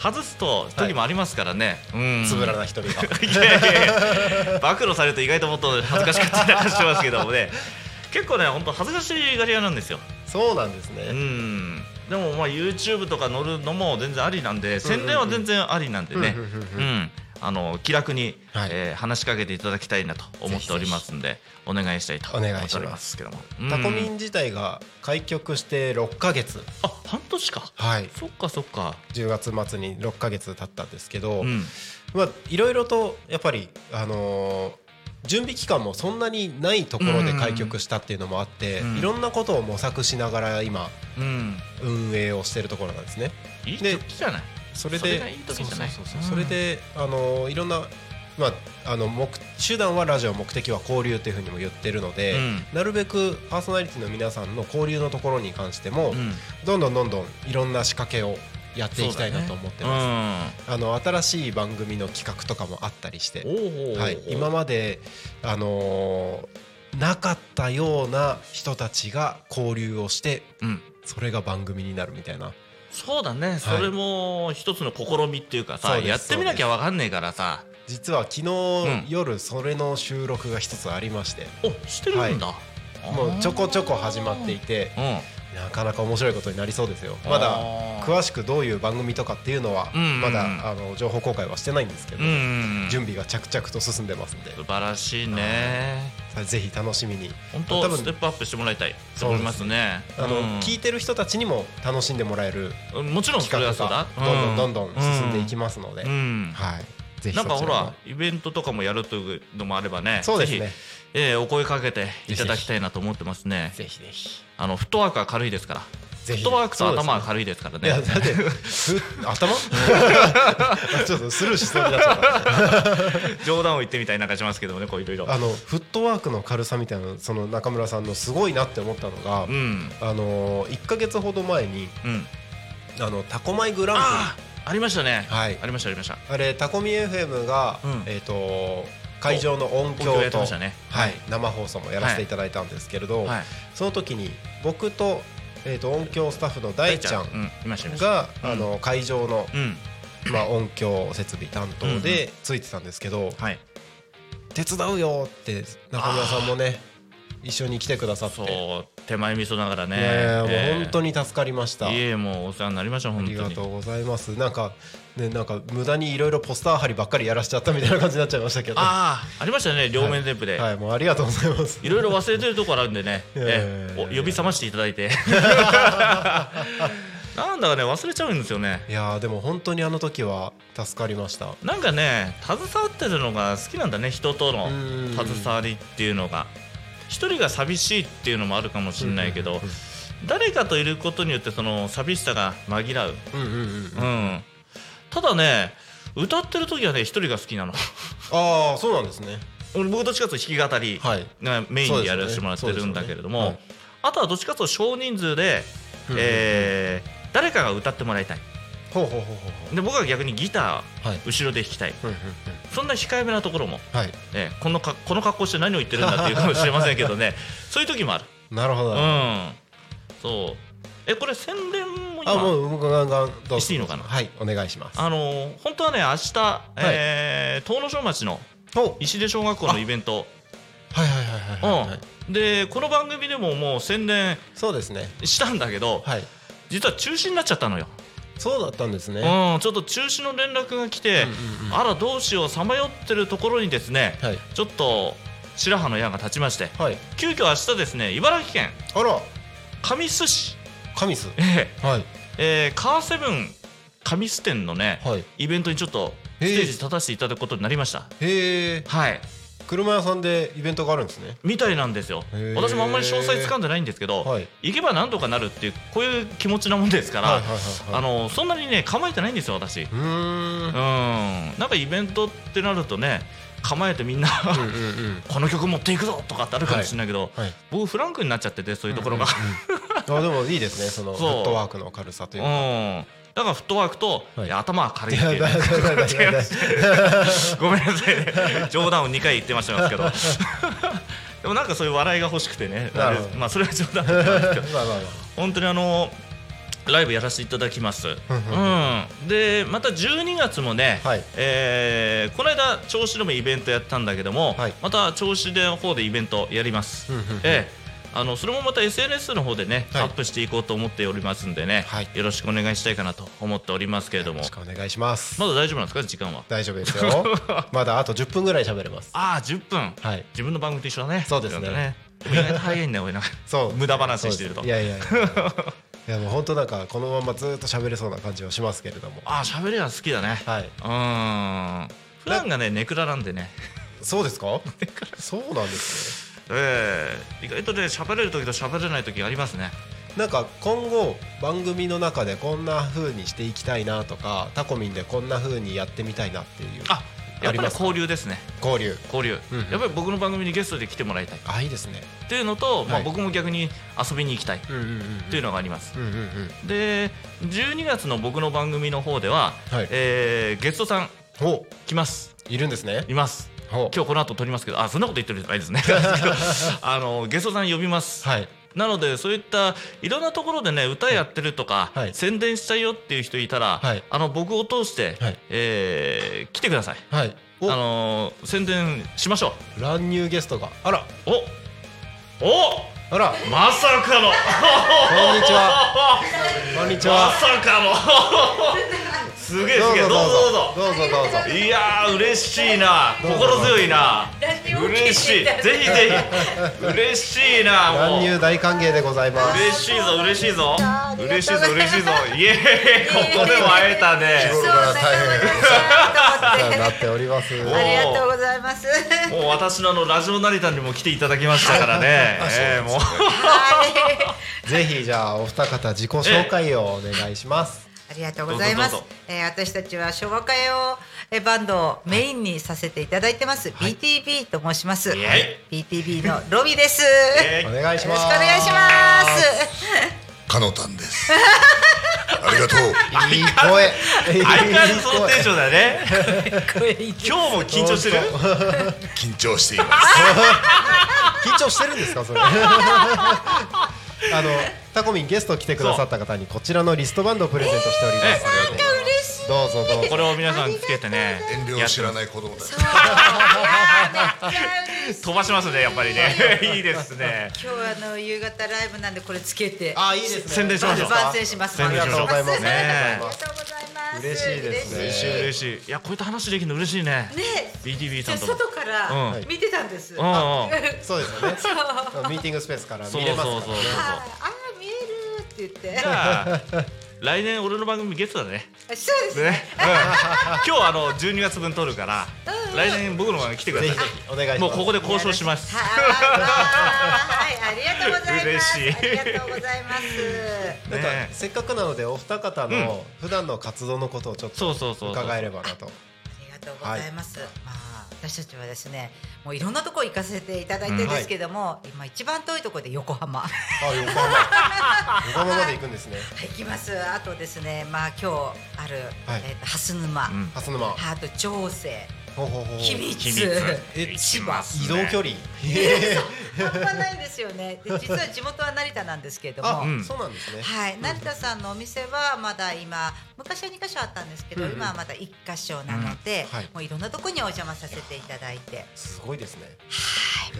Speaker 1: 外すと時もありますからね、うん
Speaker 2: つぶらな人々が
Speaker 1: いやいやいや暴露されると意外ともっと恥ずかしかったりなんかしてますけどもね結構ね本当恥ずかしがり屋なんですよ
Speaker 2: *laughs* そうなんです
Speaker 1: う
Speaker 2: ね
Speaker 1: んでもまあ YouTube とか乗るのも全然ありなんで宣伝は全然ありなんでね
Speaker 2: うんうん
Speaker 1: う
Speaker 2: うん
Speaker 1: んあの気楽に、
Speaker 2: はい
Speaker 1: えー話しかけていただきたいなと思っておりますんでお願いしたいと
Speaker 2: お
Speaker 1: 思
Speaker 2: 願いし
Speaker 1: っ
Speaker 2: ます
Speaker 1: ておりますけども
Speaker 2: タコミ
Speaker 1: うん
Speaker 2: ン自体が開局して6ヶ月
Speaker 1: あ半年か
Speaker 2: はい
Speaker 1: そっかそっか
Speaker 2: 10月末に6ヶ月経ったんですけど、
Speaker 1: うん
Speaker 2: まあいろいろとやっぱりあのー準備期間もそんなにないところで開局したっていうのもあって、
Speaker 1: うん
Speaker 2: いろんなことを模索しながら今
Speaker 1: うん
Speaker 2: 運営をしてるところなんですね。
Speaker 1: いい
Speaker 2: で
Speaker 1: 時じゃない
Speaker 2: それ
Speaker 1: それが
Speaker 2: で
Speaker 1: いい時じゃない
Speaker 2: そうそうそうそれであのーいろんなまああの目手段はラジオ目的は交流っていうふうにも言ってるので、
Speaker 1: うん
Speaker 2: なるべくパーソナリティの皆さんの交流のところに関しても、
Speaker 1: うん
Speaker 2: どんどんどんどんいろんな仕掛けをやっていきたいなと思って
Speaker 1: う
Speaker 2: ます。
Speaker 1: ん
Speaker 2: あの新しい番組の企画とかもあったりして
Speaker 1: お、うおうおう
Speaker 2: はい、今まで、あのーなかったような人たちが交流をして
Speaker 1: うん
Speaker 2: それが番組になるみたいな
Speaker 1: そうだね、それも一つの試みっていうか
Speaker 2: そう
Speaker 1: さ
Speaker 2: です
Speaker 1: やってみなきゃわかんねえからさ
Speaker 2: 実は昨日、
Speaker 1: ん
Speaker 2: 夜それの収録が一つありまして
Speaker 1: おしてるんだ、
Speaker 2: もうちょこちょこ始まってい
Speaker 1: て
Speaker 2: て
Speaker 1: うん
Speaker 2: なかなか面白いことになりそうですよまだ
Speaker 1: あー
Speaker 2: 詳しくどういう番組とかっていうのは
Speaker 1: うんうんうん
Speaker 2: まだあの情報公開はしてないんですけど、
Speaker 1: うんうんうん
Speaker 2: 準備が着々と進んでますんで
Speaker 1: 素晴らしいね
Speaker 2: さあぜひ楽しみに
Speaker 1: 本
Speaker 2: 多
Speaker 1: 当
Speaker 2: 分
Speaker 1: ステップアップしてもらいたいと思いますね
Speaker 2: あの、
Speaker 1: うん
Speaker 2: 聞いてる人たちにも楽しんでもらえる
Speaker 1: うんもちろんそれ
Speaker 2: 企
Speaker 1: は
Speaker 2: 画
Speaker 1: そう
Speaker 2: が
Speaker 1: だ
Speaker 2: どんどんどんどん進んでいき
Speaker 1: ま
Speaker 2: ますので、
Speaker 1: うん、うん
Speaker 2: はい、ぜひ
Speaker 1: な
Speaker 2: そ
Speaker 1: ん
Speaker 2: ち
Speaker 1: から
Speaker 2: も
Speaker 1: ほらイベントとかもやるというのもあればね
Speaker 2: そうですね
Speaker 1: ぜひ、えーお声かけていただきたいなと思ってますね
Speaker 2: ぜひぜひ
Speaker 1: あのフットワークは軽いですからフ
Speaker 2: ぜひ
Speaker 1: ットワークと頭は
Speaker 2: そう
Speaker 1: 軽いですから
Speaker 2: ですねい
Speaker 1: ね
Speaker 2: やだってふ頭 *laughs* ちょっとスルーしそうになっちゃった
Speaker 1: 冗談を言ってみたりなんかしますけどもねこういろいろ
Speaker 2: あのフットワークの軽さみたいなその中村さんのすごいなって思ったのが、
Speaker 1: うん
Speaker 2: あの1か月ほど前に
Speaker 1: うん
Speaker 2: あのタコマイグランプリ
Speaker 1: ああありましたね
Speaker 2: はい
Speaker 1: ありましたありました
Speaker 2: あれタコミ FM が、
Speaker 1: うん
Speaker 2: えっ、と会場の音
Speaker 1: 東京や
Speaker 2: 響
Speaker 1: って
Speaker 2: と、
Speaker 1: ましたね
Speaker 2: はい、生放送もやらせていただいたんですけれど、
Speaker 1: はい
Speaker 2: その時に僕と,、えー、と音響スタッフの大ちゃ
Speaker 1: うんんいましたいました
Speaker 2: が、
Speaker 1: うん
Speaker 2: あの会場の、
Speaker 1: うん
Speaker 2: まあ、音響設備担当でついてたんですけど、
Speaker 1: はい
Speaker 2: 手伝うよって中村さんもね一緒に来てくださって、
Speaker 1: そ
Speaker 2: ね
Speaker 1: う手前味噌ながらね
Speaker 2: えもう本当
Speaker 1: に
Speaker 2: に助かりました。
Speaker 1: いえもうお世話になりました
Speaker 2: あ
Speaker 1: 本当
Speaker 2: り
Speaker 1: に
Speaker 2: がとうございますなんかねなんか無駄にいろいろポスター貼りばっかりやらしちゃったみたいな感じになっちゃいましたけど
Speaker 1: ああありましたね両面テープで
Speaker 2: はい、もうありがとうございます。
Speaker 1: いろいろ忘れてるところあるんでね
Speaker 2: いやいやいや
Speaker 1: え
Speaker 2: いや
Speaker 1: お呼び覚ましていただい
Speaker 2: *laughs*
Speaker 1: てなんだかね忘れちゃうんですよね
Speaker 2: いやーでも本当にあの時は助かりました。
Speaker 1: なんかね携わってるのが好きなんだね人との
Speaker 2: うん
Speaker 1: 携わりっていうのが一人が寂しいっていうのもあるかもしれないけど誰かといることによってその寂しさが紛らう
Speaker 2: うんうんうん。
Speaker 1: うんただね歌ってる時はね一人が好きなの *laughs*
Speaker 2: ああそうなんですね。
Speaker 1: 俺僕どっちかというと弾き語り
Speaker 2: はい。
Speaker 1: がメインでやらせてもらってるんだけれども、
Speaker 2: そうです
Speaker 1: あとはどっちかというと少人数で、
Speaker 2: うんうんうん
Speaker 1: えー誰かが歌ってもらいたい
Speaker 2: ほうほうほうほうほ
Speaker 1: で僕は逆にギタ
Speaker 2: う。はい
Speaker 1: ー。後ろで弾きたい
Speaker 2: うんうんうん。
Speaker 1: そんな控えめなところも
Speaker 2: はい。
Speaker 1: ええこのかこの格好して何を言ってるんだっていうかもしれませんけ
Speaker 2: *laughs*
Speaker 1: どねそういう時もある
Speaker 2: なるほど。あ
Speaker 1: うんそうえこれ宣伝も今
Speaker 2: もう僕ガンガンどうぞ
Speaker 1: していいのかな
Speaker 2: はいお願いします。
Speaker 1: あの本当はね明日、えー、遠野小町の
Speaker 2: ほう。
Speaker 1: 石出小学校のイベント、
Speaker 2: はいはいはいはいはいはい。
Speaker 1: うん、でこの番組でももう宣伝
Speaker 2: そうですね。
Speaker 1: したんだけど、
Speaker 2: はい。
Speaker 1: 実は中止になっちゃったのよ、
Speaker 2: そうだったんですね。
Speaker 1: うん、ちょっと中止の連絡が来て、
Speaker 2: うんうんうん
Speaker 1: あらどうしようさまよってるところにですね、
Speaker 2: はい
Speaker 1: ちょっと白羽の矢が立ちまして
Speaker 2: はい。
Speaker 1: 急遽明日ですね茨城県
Speaker 2: あら
Speaker 1: 神栖市、
Speaker 2: カミス。
Speaker 1: ええ
Speaker 2: はい
Speaker 1: えー、カーセブン神栖店のね、
Speaker 2: はい。
Speaker 1: イベントにちょっとステージ立たせていただくことになりました、
Speaker 2: へえ。
Speaker 1: はい
Speaker 2: 車屋さんでイベントがあるんですね。
Speaker 1: みたいなんですよ
Speaker 2: へー
Speaker 1: 私もあんまり詳細つかんでないんですけど、
Speaker 2: はい
Speaker 1: 行けばなんとかなるっていうこういう気持ちなもんですから、
Speaker 2: はいはいはいはい
Speaker 1: あのそんなにね構えてないんですよ私
Speaker 2: うーん。
Speaker 1: うんなんかイベントってなるとね構えてみんな
Speaker 2: うんうん
Speaker 1: この曲持っていくぞとかってあるかもしれないけど、
Speaker 2: はい
Speaker 1: 僕フランクになっちゃっててそういうところが、
Speaker 2: あでもいいですねそのフ
Speaker 1: そう
Speaker 2: ットワークの軽さというか
Speaker 1: うん、だからフットワークと、
Speaker 2: はい
Speaker 1: いや頭は軽いっ
Speaker 2: い
Speaker 1: て
Speaker 2: や
Speaker 1: いう
Speaker 2: だ
Speaker 1: ね、
Speaker 2: だだだだだ
Speaker 1: *laughs* ごめんなさいね冗談を2回言ってましたけど *laughs* でもなんかそういう笑いが欲しくてね
Speaker 2: なるほど
Speaker 1: まあそれは冗談なんですけど
Speaker 2: まあまあま
Speaker 1: 本当にあのライブやらせていただきます、うん、
Speaker 2: うん
Speaker 1: でまた12月もね、
Speaker 2: はい
Speaker 1: えーこの間銚子でもイベントやったんだけども、
Speaker 2: はい
Speaker 1: また銚子での方でイベントやります、
Speaker 2: うんうんうん
Speaker 1: ええあのそれもまた SNS の方でね、
Speaker 2: はい
Speaker 1: アップしていこうと思っておりますんでね、
Speaker 2: はい
Speaker 1: よろしくお願いしたいかなと思っておりますけれど
Speaker 2: あよ
Speaker 1: も
Speaker 2: ろしくお願いします
Speaker 1: まだ大丈夫なんですか時間は
Speaker 2: 大丈夫ですよまだあと10分ぐらい喋れます
Speaker 1: ああ10分
Speaker 2: はい
Speaker 1: 自分の番組と一緒だね
Speaker 2: そうですね
Speaker 1: でも意外と早いんだよ俺なんか
Speaker 2: *laughs* そう
Speaker 1: 無駄話してると
Speaker 2: そうですいやい *laughs* やいやいやもう本当なんかこのままずっと喋れそうな感じはしますけれども
Speaker 1: ああ喋りは好きだね
Speaker 2: はいう
Speaker 1: ーん普段がねネクラなんでね、
Speaker 2: そうです *laughs* かそうなんです
Speaker 1: ええ意外とね喋れる時と喋れない時がありますね
Speaker 2: ねなんか今後番組の中でこんな風にしていきたいなとかタコミンでこんな風にやってみたいなっていう
Speaker 1: あや
Speaker 2: あ
Speaker 1: っぱ
Speaker 2: り
Speaker 1: り
Speaker 2: ますか
Speaker 1: 交流ですね
Speaker 2: 交流
Speaker 1: 交流、
Speaker 2: うんうん
Speaker 1: やっぱり僕の番組にゲストで来てもらいたいっ
Speaker 2: あいいですね
Speaker 1: ていうのと、ま
Speaker 2: は
Speaker 1: あ、
Speaker 2: い
Speaker 1: 僕も逆に遊びに行きたいっ
Speaker 2: うんうんうん
Speaker 1: ていうのがあります、
Speaker 2: うんうんうん
Speaker 1: で12月の僕の番組の方では、
Speaker 2: はい
Speaker 1: えーゲストさん
Speaker 2: ほう
Speaker 1: 来ます
Speaker 2: いるんですね
Speaker 1: います
Speaker 2: ほう
Speaker 1: 今日この後撮りますけどあそんなこと言ってるじゃないです *laughs* ねあのゲストさん呼びます、
Speaker 2: はい
Speaker 1: なのでそういったいろんなところでね歌やってるとか、
Speaker 2: はい
Speaker 1: 宣伝したいよっていう人いたら、
Speaker 2: はい
Speaker 1: あの僕を通して、
Speaker 2: はい
Speaker 1: えー来てください。
Speaker 2: はい
Speaker 1: あ
Speaker 2: お
Speaker 1: のー宣伝しましょ
Speaker 2: 乱入ゲストがあら
Speaker 1: う。おお
Speaker 2: あら
Speaker 1: まさかの
Speaker 2: こんにちは *laughs* こんにち
Speaker 1: ま
Speaker 2: は
Speaker 1: さかのすげえすげえどうぞどうぞ
Speaker 2: どうぞどうぞ
Speaker 1: いやー嬉しいな心強いな嬉し
Speaker 4: *laughs*
Speaker 1: いぜひぜひ嬉しいなも
Speaker 2: 乱
Speaker 1: う
Speaker 2: 入大歓迎でございます
Speaker 1: 嬉しいぞ嬉しいぞ
Speaker 4: ありがとう
Speaker 1: 嬉しいぞ嬉 *laughs* しいぞイエーイここでも会えたね
Speaker 4: そう、 *laughs* なかなか
Speaker 2: お世話
Speaker 4: 大
Speaker 2: に
Speaker 4: 変。
Speaker 2: なっております
Speaker 1: お
Speaker 4: ありがとうございます。
Speaker 1: もう私のあのラジオ成田にも来ていただきましたからね *laughs* えーもう
Speaker 4: はい
Speaker 2: ぜひじゃあお二方自己紹介をお願いします。
Speaker 4: ありがとうございます
Speaker 1: どうぞど。
Speaker 4: えー私たちは昭和歌謡えーバンドをメインにさせていただいてます。BTB と申します
Speaker 1: イエ。
Speaker 4: BTB のロビです。
Speaker 1: え *laughs*
Speaker 2: お
Speaker 1: ー
Speaker 2: 願いし
Speaker 4: よろ
Speaker 2: ま
Speaker 4: し
Speaker 2: す。
Speaker 4: くお願いします。
Speaker 5: カノタンです。ありがとう。
Speaker 2: す。いい声。
Speaker 1: 相変わらずそのテンションだね *laughs*
Speaker 4: いい
Speaker 1: 今日も緊張してる
Speaker 5: 緊張しています。
Speaker 2: 緊張してるんです
Speaker 1: *laughs*
Speaker 2: かそれ。あのタコミンゲスト来てくださった方にこちらのリストバンドをプレゼントしております。
Speaker 4: なんか嬉しい。
Speaker 2: どうぞどうぞ。
Speaker 1: これを皆さんつけてね
Speaker 5: 遠慮を知らない子供たち。
Speaker 4: めっちゃ嬉しい
Speaker 1: 飛ばしますねやっぱり *laughs* ねいいですね
Speaker 4: 今日あの夕方ライブなんでこれつけて。
Speaker 2: あいいですね。
Speaker 1: 宣伝しましょう
Speaker 4: 番宣します。
Speaker 1: 宣伝しましょう
Speaker 4: 番宣し
Speaker 1: ね
Speaker 4: ありがとうございます。
Speaker 2: 嬉しいですね
Speaker 4: 嬉
Speaker 1: 嬉し
Speaker 4: しい
Speaker 1: い嬉しいいやこういった話できるの嬉しいね
Speaker 4: ね、
Speaker 1: BTB さんとも
Speaker 4: 外から
Speaker 1: うん
Speaker 4: 見てたんです。
Speaker 1: うんうん
Speaker 4: あ
Speaker 1: あ
Speaker 2: *laughs* そうです
Speaker 4: *laughs*
Speaker 2: よね。ミーティングスペースから
Speaker 1: そう
Speaker 2: 見
Speaker 1: そ
Speaker 2: れ
Speaker 1: う
Speaker 2: ま
Speaker 1: そう
Speaker 2: す
Speaker 1: そ
Speaker 2: か
Speaker 1: う
Speaker 2: らね。
Speaker 4: あー、見えるって言って
Speaker 1: じ。ゃあ来年俺の番組ゲストだね
Speaker 4: そうですね。
Speaker 1: ね、今日あの12月分取るから、来年僕の番組来てくださ
Speaker 2: ぜ
Speaker 1: い
Speaker 2: ひぜひお願いします。
Speaker 1: もうここで交渉します
Speaker 4: はーい、ありがとうございます。
Speaker 1: 嬉しい
Speaker 4: ありがとうございます。
Speaker 2: なんか
Speaker 1: ね
Speaker 2: せっかくなのでお二方の普段の活動のことをちょっと
Speaker 1: そうそうそうそう
Speaker 2: 伺えればなと。
Speaker 4: ありがとうございます。まあ、私たちはですね、もういろんなとこ行かせていただいてるんですけども、今一番遠いところで横浜。
Speaker 2: あ横浜。 *laughs* 横浜まで行くんですね。
Speaker 4: 行きます。あとですね、まあ今日ある、
Speaker 2: はい
Speaker 4: えっと蓮沼、
Speaker 1: うん
Speaker 2: 蓮沼。
Speaker 4: ハート調整、
Speaker 2: ほうほうほう
Speaker 4: 秘密、
Speaker 1: 秘密
Speaker 2: え
Speaker 1: 行きますね
Speaker 2: 移動
Speaker 1: *laughs*
Speaker 2: 距離。
Speaker 4: 半端ないんですよね。で実は地元は成田なんですけれども。
Speaker 2: あ、
Speaker 1: うん
Speaker 2: そうなんですね。
Speaker 4: はい、成田さんのお店はまだ今昔は2箇所あったんですけ
Speaker 2: う
Speaker 4: ど、
Speaker 2: んうん
Speaker 4: 今はまだ1箇所なので、
Speaker 2: うんはい
Speaker 4: もういろんなとこにお邪魔させていただいて、
Speaker 2: すごいですね。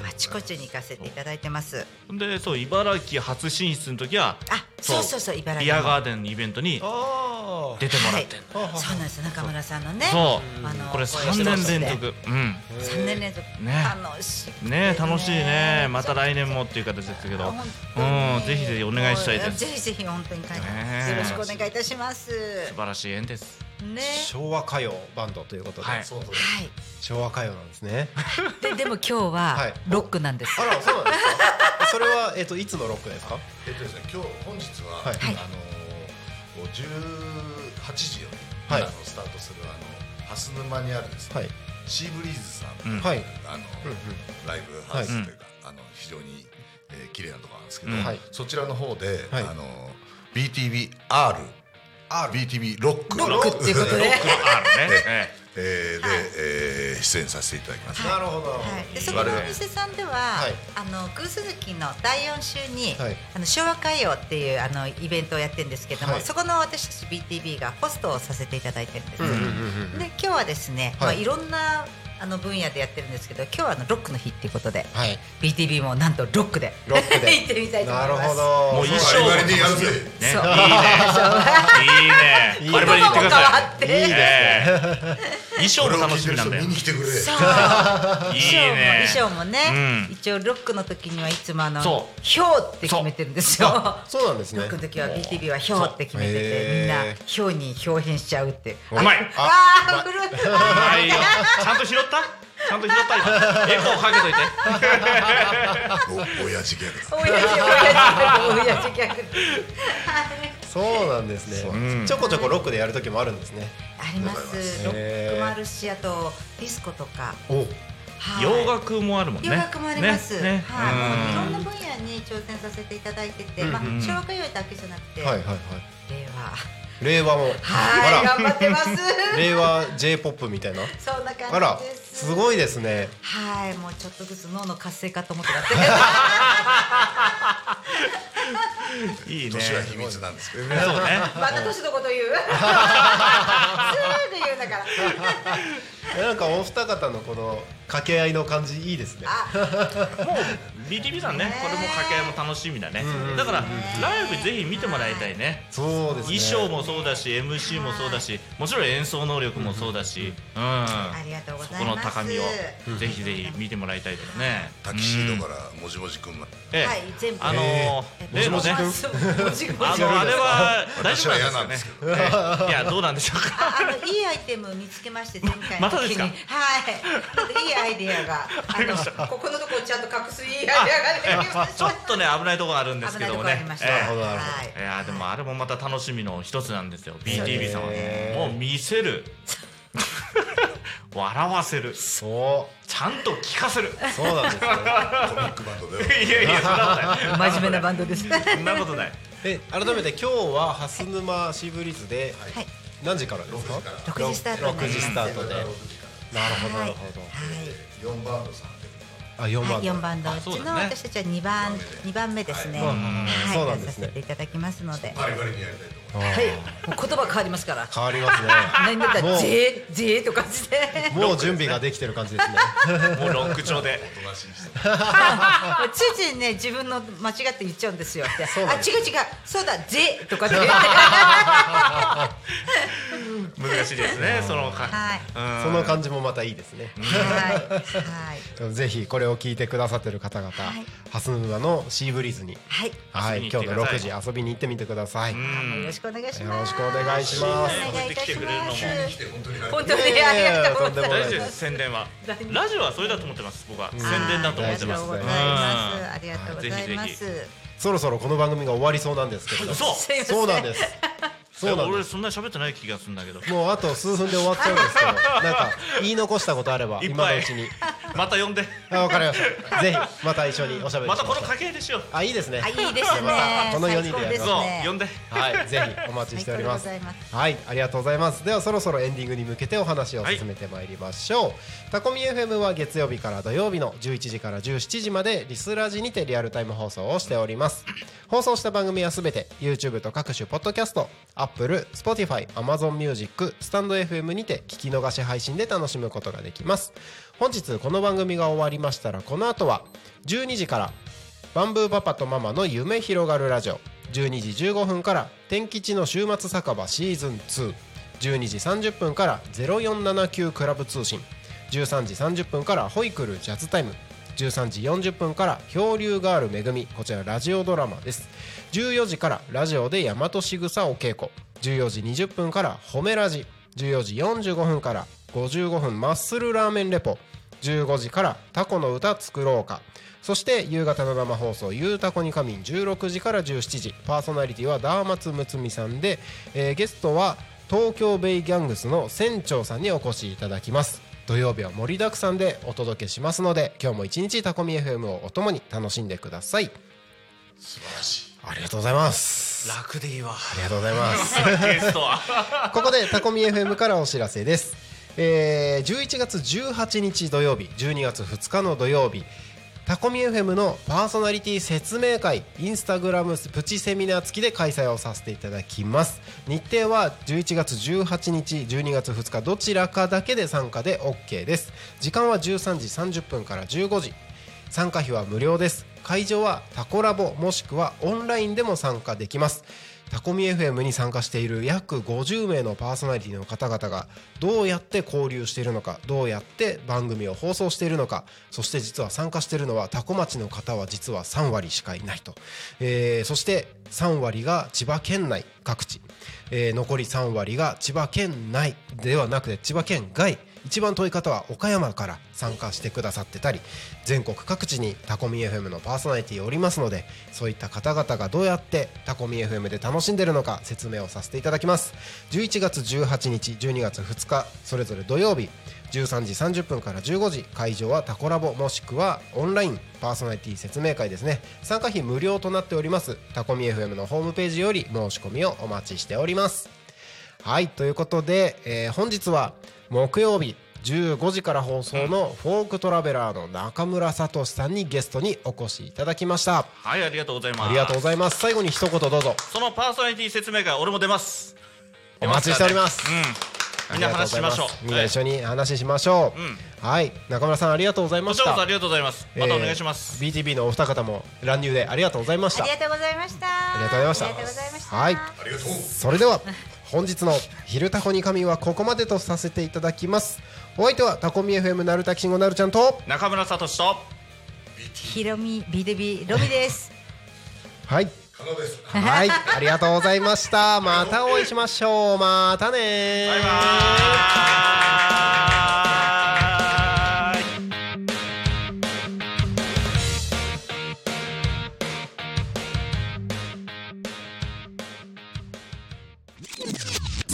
Speaker 4: はい、あちこちに行かせていただいてます。
Speaker 1: でそう茨城初進出の時は
Speaker 4: あ、そうそうそう、茨
Speaker 1: ビ
Speaker 4: 城
Speaker 1: ア
Speaker 4: の。
Speaker 1: ガーデンのイベントに
Speaker 2: あ
Speaker 1: 出てもらってんの、
Speaker 4: はい、そうなんです、中村さんのね。
Speaker 1: そう
Speaker 4: あの
Speaker 1: これ3年連。続うん
Speaker 4: 3年連続、
Speaker 1: ね
Speaker 4: 楽しいです
Speaker 1: ね楽しいねまた来年もっていう形ですけど
Speaker 4: 本
Speaker 1: う
Speaker 4: 当に
Speaker 1: んぜひぜひお願いしたいで
Speaker 4: もう
Speaker 1: す
Speaker 4: ぜひぜひ本当に書いて
Speaker 1: ね
Speaker 4: よろしくお願いいたします。
Speaker 1: 素晴らしい縁です
Speaker 4: ね。
Speaker 2: 昭和歌謡バンドということで、
Speaker 1: はい
Speaker 2: そうそう
Speaker 4: はい。
Speaker 2: 昭和歌謡なんですね。
Speaker 4: ででも今日
Speaker 2: は
Speaker 4: はいロックなんです。
Speaker 2: あら、そうなんですか。それはえっ、といつのロックですか。
Speaker 5: えっとですね、今日本日は、
Speaker 2: はい
Speaker 5: あのー18時より、
Speaker 2: はい
Speaker 5: あのスタートするあの蓮沼にあるですね、
Speaker 2: はい
Speaker 5: シーブリーズさん、
Speaker 1: うん
Speaker 2: はい
Speaker 5: あの、
Speaker 2: うんうん
Speaker 5: ライブハウスというか、あの非常に、えー、綺麗なところなんですけど、
Speaker 1: うん
Speaker 2: はい
Speaker 5: そちらの方で、
Speaker 2: はい
Speaker 5: あの BTBR、BTB ロック
Speaker 4: ロックっていうことで。
Speaker 1: あるね。え
Speaker 5: えーで、
Speaker 4: はい
Speaker 5: えー出演させていただきます。
Speaker 2: なるほど
Speaker 4: はい、でそこのお店さんでは、
Speaker 2: い
Speaker 4: あの偶数月の第4週に、
Speaker 2: はい
Speaker 4: あの昭和歌謡っていうあのイベントをやってるんですけども、
Speaker 2: はい
Speaker 4: そこの私たち BTB がホストをさせていただいてるんです、
Speaker 2: うんうんうん
Speaker 4: で今日はですね、
Speaker 2: はい
Speaker 4: いまあ、いろんなあの分野でやってるんですけど今日はあのロックの日っていうことで
Speaker 2: はい
Speaker 4: BTB もなんとロックで
Speaker 2: ロックで
Speaker 4: *laughs* 行ってみたいと思
Speaker 2: ないる
Speaker 4: ます。
Speaker 2: ほど
Speaker 1: えもう衣装
Speaker 5: バ
Speaker 1: も
Speaker 5: リバリにやるぜ
Speaker 1: ね。いい
Speaker 4: そう
Speaker 1: ね。いいね。バリバリ言ってください。
Speaker 4: いい
Speaker 2: いいね
Speaker 1: ええ衣装も楽しみなんだよ。い
Speaker 5: 見
Speaker 1: い
Speaker 5: に来てくれ。
Speaker 4: そう
Speaker 1: ね。
Speaker 4: 衣装も衣装もね、
Speaker 1: うん
Speaker 4: 一応ロックの時にはいつもあの
Speaker 1: そ
Speaker 4: 「ひょう」って決めてるんですよ。
Speaker 2: そうなんです
Speaker 4: ロ
Speaker 2: ね
Speaker 4: ックの時は BTB は「ひょう」って決めて
Speaker 2: そう
Speaker 4: てみん
Speaker 2: へ
Speaker 4: な
Speaker 2: ー
Speaker 4: 「ひょう」に表変しちゃうって
Speaker 1: うまい
Speaker 4: ああー古い
Speaker 1: はいよ。ちゃんと拾った？ちゃんと拾った
Speaker 2: *laughs*
Speaker 1: 今。エコーかけといて。
Speaker 5: お親父ギャグだ。
Speaker 4: おやじおやじギャグおやじギャグはい
Speaker 2: そうなんですね、
Speaker 1: うん
Speaker 2: ちょこちょこロックでやる時もあるんですね
Speaker 4: ありますロックもあるしあとディスコとか
Speaker 2: お
Speaker 4: はい
Speaker 1: 洋楽もあるもんね。
Speaker 4: 洋楽もあります、
Speaker 1: ねね
Speaker 4: はい、もういろん
Speaker 1: うん
Speaker 4: な分野に挑戦させていただいてて、
Speaker 2: うん
Speaker 4: まあ
Speaker 1: うん
Speaker 4: 昭和歌謡だけじゃなくて、
Speaker 2: はいはいはい
Speaker 4: 令和
Speaker 2: 令和も
Speaker 4: はい
Speaker 2: あ
Speaker 4: 頑張
Speaker 2: *laughs*
Speaker 4: ってます
Speaker 2: ら令和 J ポップみたいな
Speaker 4: そんな
Speaker 2: あら
Speaker 4: 感じです
Speaker 2: すごいですね
Speaker 4: はいもうちょっとずつ脳の活性化と思ってや
Speaker 2: *laughs*
Speaker 4: って
Speaker 1: いいね。
Speaker 5: 年は秘密なんですけど。
Speaker 1: そうね。
Speaker 4: また年のこと言う *laughs* すぐ言うんだから
Speaker 2: なんかお二方のこの掛け合いの感じいいです
Speaker 1: *laughs*
Speaker 2: ね
Speaker 4: あ
Speaker 1: BTB さんね
Speaker 4: ね、
Speaker 1: これも掛け合いも楽しみだね
Speaker 2: んう。ん
Speaker 1: だからライブぜひ見てもらいたいね。
Speaker 2: そうです
Speaker 1: 衣
Speaker 2: ね
Speaker 1: 装もそうだし、MC もそうだし、もちろん演奏能力もそうだし、うん。
Speaker 4: ありがとうご
Speaker 1: そ
Speaker 4: ざ
Speaker 1: こ
Speaker 4: い
Speaker 1: の
Speaker 4: ます
Speaker 1: 高みをぜひぜひ見てもらいたいですね。
Speaker 5: タキシードからもじもじくんまで。
Speaker 1: ええ
Speaker 4: はい全部
Speaker 1: あのー、例の
Speaker 2: もじ
Speaker 1: ね
Speaker 2: もじ、
Speaker 4: もじもじ
Speaker 1: あのあれは大
Speaker 5: 私
Speaker 1: 丈
Speaker 5: は
Speaker 1: 夫
Speaker 5: 嫌
Speaker 1: な
Speaker 5: なん
Speaker 1: ん
Speaker 5: で
Speaker 1: ですす
Speaker 5: け
Speaker 1: よね。え
Speaker 5: ど。
Speaker 1: えいやどうなんでしょうか。
Speaker 4: ああのいいアイテム見つけまして前回
Speaker 1: ま
Speaker 4: の
Speaker 1: たで
Speaker 4: 時
Speaker 1: す
Speaker 4: に、
Speaker 1: か
Speaker 4: はい、ちょっといいアイデアが、あ
Speaker 1: りました
Speaker 4: のここのところちゃんと隠すいいアイデアができました。
Speaker 1: ちょっとね危ないところあるんです
Speaker 4: 危
Speaker 1: け
Speaker 4: ない
Speaker 1: ど
Speaker 4: とこ
Speaker 1: も
Speaker 4: ろあ
Speaker 1: ね
Speaker 4: りまし。た。
Speaker 1: ええ
Speaker 2: ほどなるほど
Speaker 4: はい
Speaker 1: いやーでもあれもまた楽しみの一つなんですよ
Speaker 2: う
Speaker 1: BTB さんは
Speaker 2: へー
Speaker 1: もう見せる笑わせる
Speaker 2: そ
Speaker 1: ちゃんと聞かせる
Speaker 2: うそうなんですね
Speaker 5: コミックバンドでは。
Speaker 1: いやいやそんなことない
Speaker 4: 真面目なバンドです。はい、
Speaker 1: そんなことない
Speaker 2: で改めて今日は蓮沼シーブリーズで何時からですか
Speaker 4: 六時スタートになり
Speaker 2: 6
Speaker 4: ま
Speaker 2: 時
Speaker 4: す
Speaker 2: スタートでなるほどなるほど
Speaker 5: 四バンドさんで。
Speaker 2: あ四
Speaker 4: はい、
Speaker 2: 番
Speaker 4: 四番のう
Speaker 1: あそう
Speaker 4: ち
Speaker 1: だ
Speaker 4: の
Speaker 1: ね
Speaker 4: 私たちは二番二番目ですね。
Speaker 2: はい
Speaker 4: はい、
Speaker 2: そうなんですね
Speaker 4: やらさせていただきますので。は
Speaker 5: バリバリにやりたいと思います。
Speaker 4: い、もう言葉変わりますから。
Speaker 2: 変わり
Speaker 4: *laughs*
Speaker 2: ますね
Speaker 4: 何だった
Speaker 2: も
Speaker 4: ら
Speaker 2: う
Speaker 4: ぜーぜーとかして、
Speaker 2: もう準備ができてる感じですね
Speaker 1: もうロック調で
Speaker 5: おとなしい人。
Speaker 4: もうついついね自分の間違って言っちゃうんですよ。であ
Speaker 2: そうなんです
Speaker 4: 違う違う、そうだぜーとかって言って。
Speaker 1: 難しいですねそのか
Speaker 4: はい
Speaker 1: うん
Speaker 2: その感じもまたいいですね
Speaker 4: はい。
Speaker 2: ぜひこれを聞いてくださってる方々
Speaker 4: はい
Speaker 2: 蓮沼のシーブリーズに
Speaker 4: はい。
Speaker 1: 遊
Speaker 2: は
Speaker 1: び
Speaker 2: い
Speaker 1: に行
Speaker 2: 今
Speaker 1: って
Speaker 2: 日
Speaker 1: ください
Speaker 2: の6時遊びに行ってみてください
Speaker 1: うん
Speaker 4: はい。よろしくお願いしま
Speaker 2: よ
Speaker 4: す。
Speaker 2: ろしくお願いします
Speaker 4: お願いいたします
Speaker 1: 急
Speaker 5: 来て本当にありがとう
Speaker 4: 本当にありがとうござ
Speaker 1: 大
Speaker 4: い
Speaker 1: 事
Speaker 4: ます。
Speaker 1: です宣伝はラジオはそれだと思ってます僕は宣
Speaker 4: あー
Speaker 1: 伝だと思ってます
Speaker 2: 大事
Speaker 4: ありがとうございま
Speaker 1: う
Speaker 4: す。ありがとうございます。
Speaker 2: そろそろこの番組が終わりそうなんですけれども
Speaker 1: 嘘
Speaker 4: すいません
Speaker 2: そうなんです
Speaker 1: うん
Speaker 2: そうなんで
Speaker 1: 俺
Speaker 2: す
Speaker 1: そんな喋ってない気がするんだけど *laughs*
Speaker 2: もうあと数分で終わっちゃうんですけどなんか言い残したことあれば
Speaker 1: いっ
Speaker 2: 今
Speaker 1: ぱ
Speaker 2: の
Speaker 1: いう
Speaker 2: ちに
Speaker 1: また呼ん
Speaker 2: *laughs*
Speaker 1: で
Speaker 2: あわかりましたぜひまた一緒におしゃべり
Speaker 1: ま
Speaker 2: したい
Speaker 1: この掛け合いでしよう
Speaker 2: あいいですね
Speaker 4: あいいですね
Speaker 2: また *laughs* この4人でやります
Speaker 4: 最高で
Speaker 1: そう
Speaker 4: ね
Speaker 1: 呼んで
Speaker 2: はい、ぜひお待ちしております。
Speaker 4: 最高でございま
Speaker 2: はい、ありがとうございます。ではそろそろエンディングに向けてお話を進めてまいりましょう。タコミ FM は月曜日から土曜日の11時から17時までリスラジにてリアルタイム放送をしております。放送した番組はすべて YouTube と各種ポッドキャスト、Apple、Spotify、Amazon Music、スタンド FM にて聞き逃し配信で楽しむことができます。本日この番組が終わりましたらこの後は12時からバンブーパパとママの夢広がるラジオ12時15分から天吉の週末酒場シーズン212時30分から0479クラブ通信13時30分からホイクルジャズタイム13時40分から漂流ガールめぐみこちらラジオドラマです14時からラジオで大和しぐさお稽古14時20分から褒めラジ14時45分から55分マッスルラーメンレポ15時から「タコの歌作ろうか」そして夕方の生放送「ゆうたこに仮眠」16時から17時パーソナリティはダーマツムツミさんで、えーゲストは東京ベイギャングスの船長さんにお越しいただきます土曜日は盛りだくさんでお届けしますので今日も一日タコミ FM をおともに楽しんでください
Speaker 5: 素晴らしい
Speaker 2: ありがとうございます
Speaker 1: 楽でいいわ
Speaker 2: ありがとうございます
Speaker 1: ゲストは
Speaker 2: *laughs* ここでタコミ FM からお知らせです、えー、11月18日土曜日12月2日の土曜日タコミ FM のパーソナリティ説明会インスタグラムプチセミナー付きで開催をさせていただきます日程は11月18日12月2日どちらかだけで参加で OK です時間は13時30分から15時参加費は無料です会場はタコラボもしくはオンラインでも参加できますタコミ FM に参加している約50名のパーソナリティの方々がどうやって交流しているのかどうやって番組を放送しているのかそして実は参加しているのはタコ町の方は実は3割しかいないと、えーそして3割が千葉県内各地、えー残り3割が千葉県内ではなくて千葉県外一番遠い方は岡山から参加してくださってたり全国各地にタコミ FM のパーソナリティおりますのでそういった方々がどうやってタコミ FM で楽しんでるのか説明をさせていただきます11月18日12月2日それぞれ土曜日13時30分から15時会場はタコラボもしくはオンラインパーソナリティ説明会ですね参加費無料となっておりますタコミ FM のホームページより申し込みをお待ちしておりますはいということで、えー本日は木曜日15時から放送のフォークトラベラーの中村聡さんにゲストにお越しいただきました
Speaker 1: はいありがとうございます
Speaker 2: ありがとうございます最後に一言どうぞ
Speaker 1: そのパーソナリティ説明会俺も出ます
Speaker 2: お待ちしております
Speaker 1: 出からねうんみんな話しましょう
Speaker 2: ありがとございすみんな一緒に話ししましょう、
Speaker 1: うん
Speaker 2: はい中村さんありがとうござい
Speaker 1: こ
Speaker 2: ま
Speaker 1: ち
Speaker 2: し
Speaker 1: らこ
Speaker 2: た
Speaker 1: そありがとうございますまたお願いします、
Speaker 2: えー BTB のお二方も乱入でありがとうございました
Speaker 4: ありがとうございました
Speaker 2: ありがとうございました
Speaker 4: ありがとうございました
Speaker 2: はい
Speaker 5: ありがとう
Speaker 2: それでは本日の「昼タコに神」はここまでとさせていただきますお相手はタコミ FM なるたきしんごなるちゃんと
Speaker 1: 中村聡と
Speaker 4: ひろみビデビロミです
Speaker 2: はい
Speaker 5: 可能です
Speaker 2: はいありがとうございましたまたお会いしましょうまたねー
Speaker 1: バイバーイ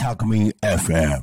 Speaker 6: Talk Me FM.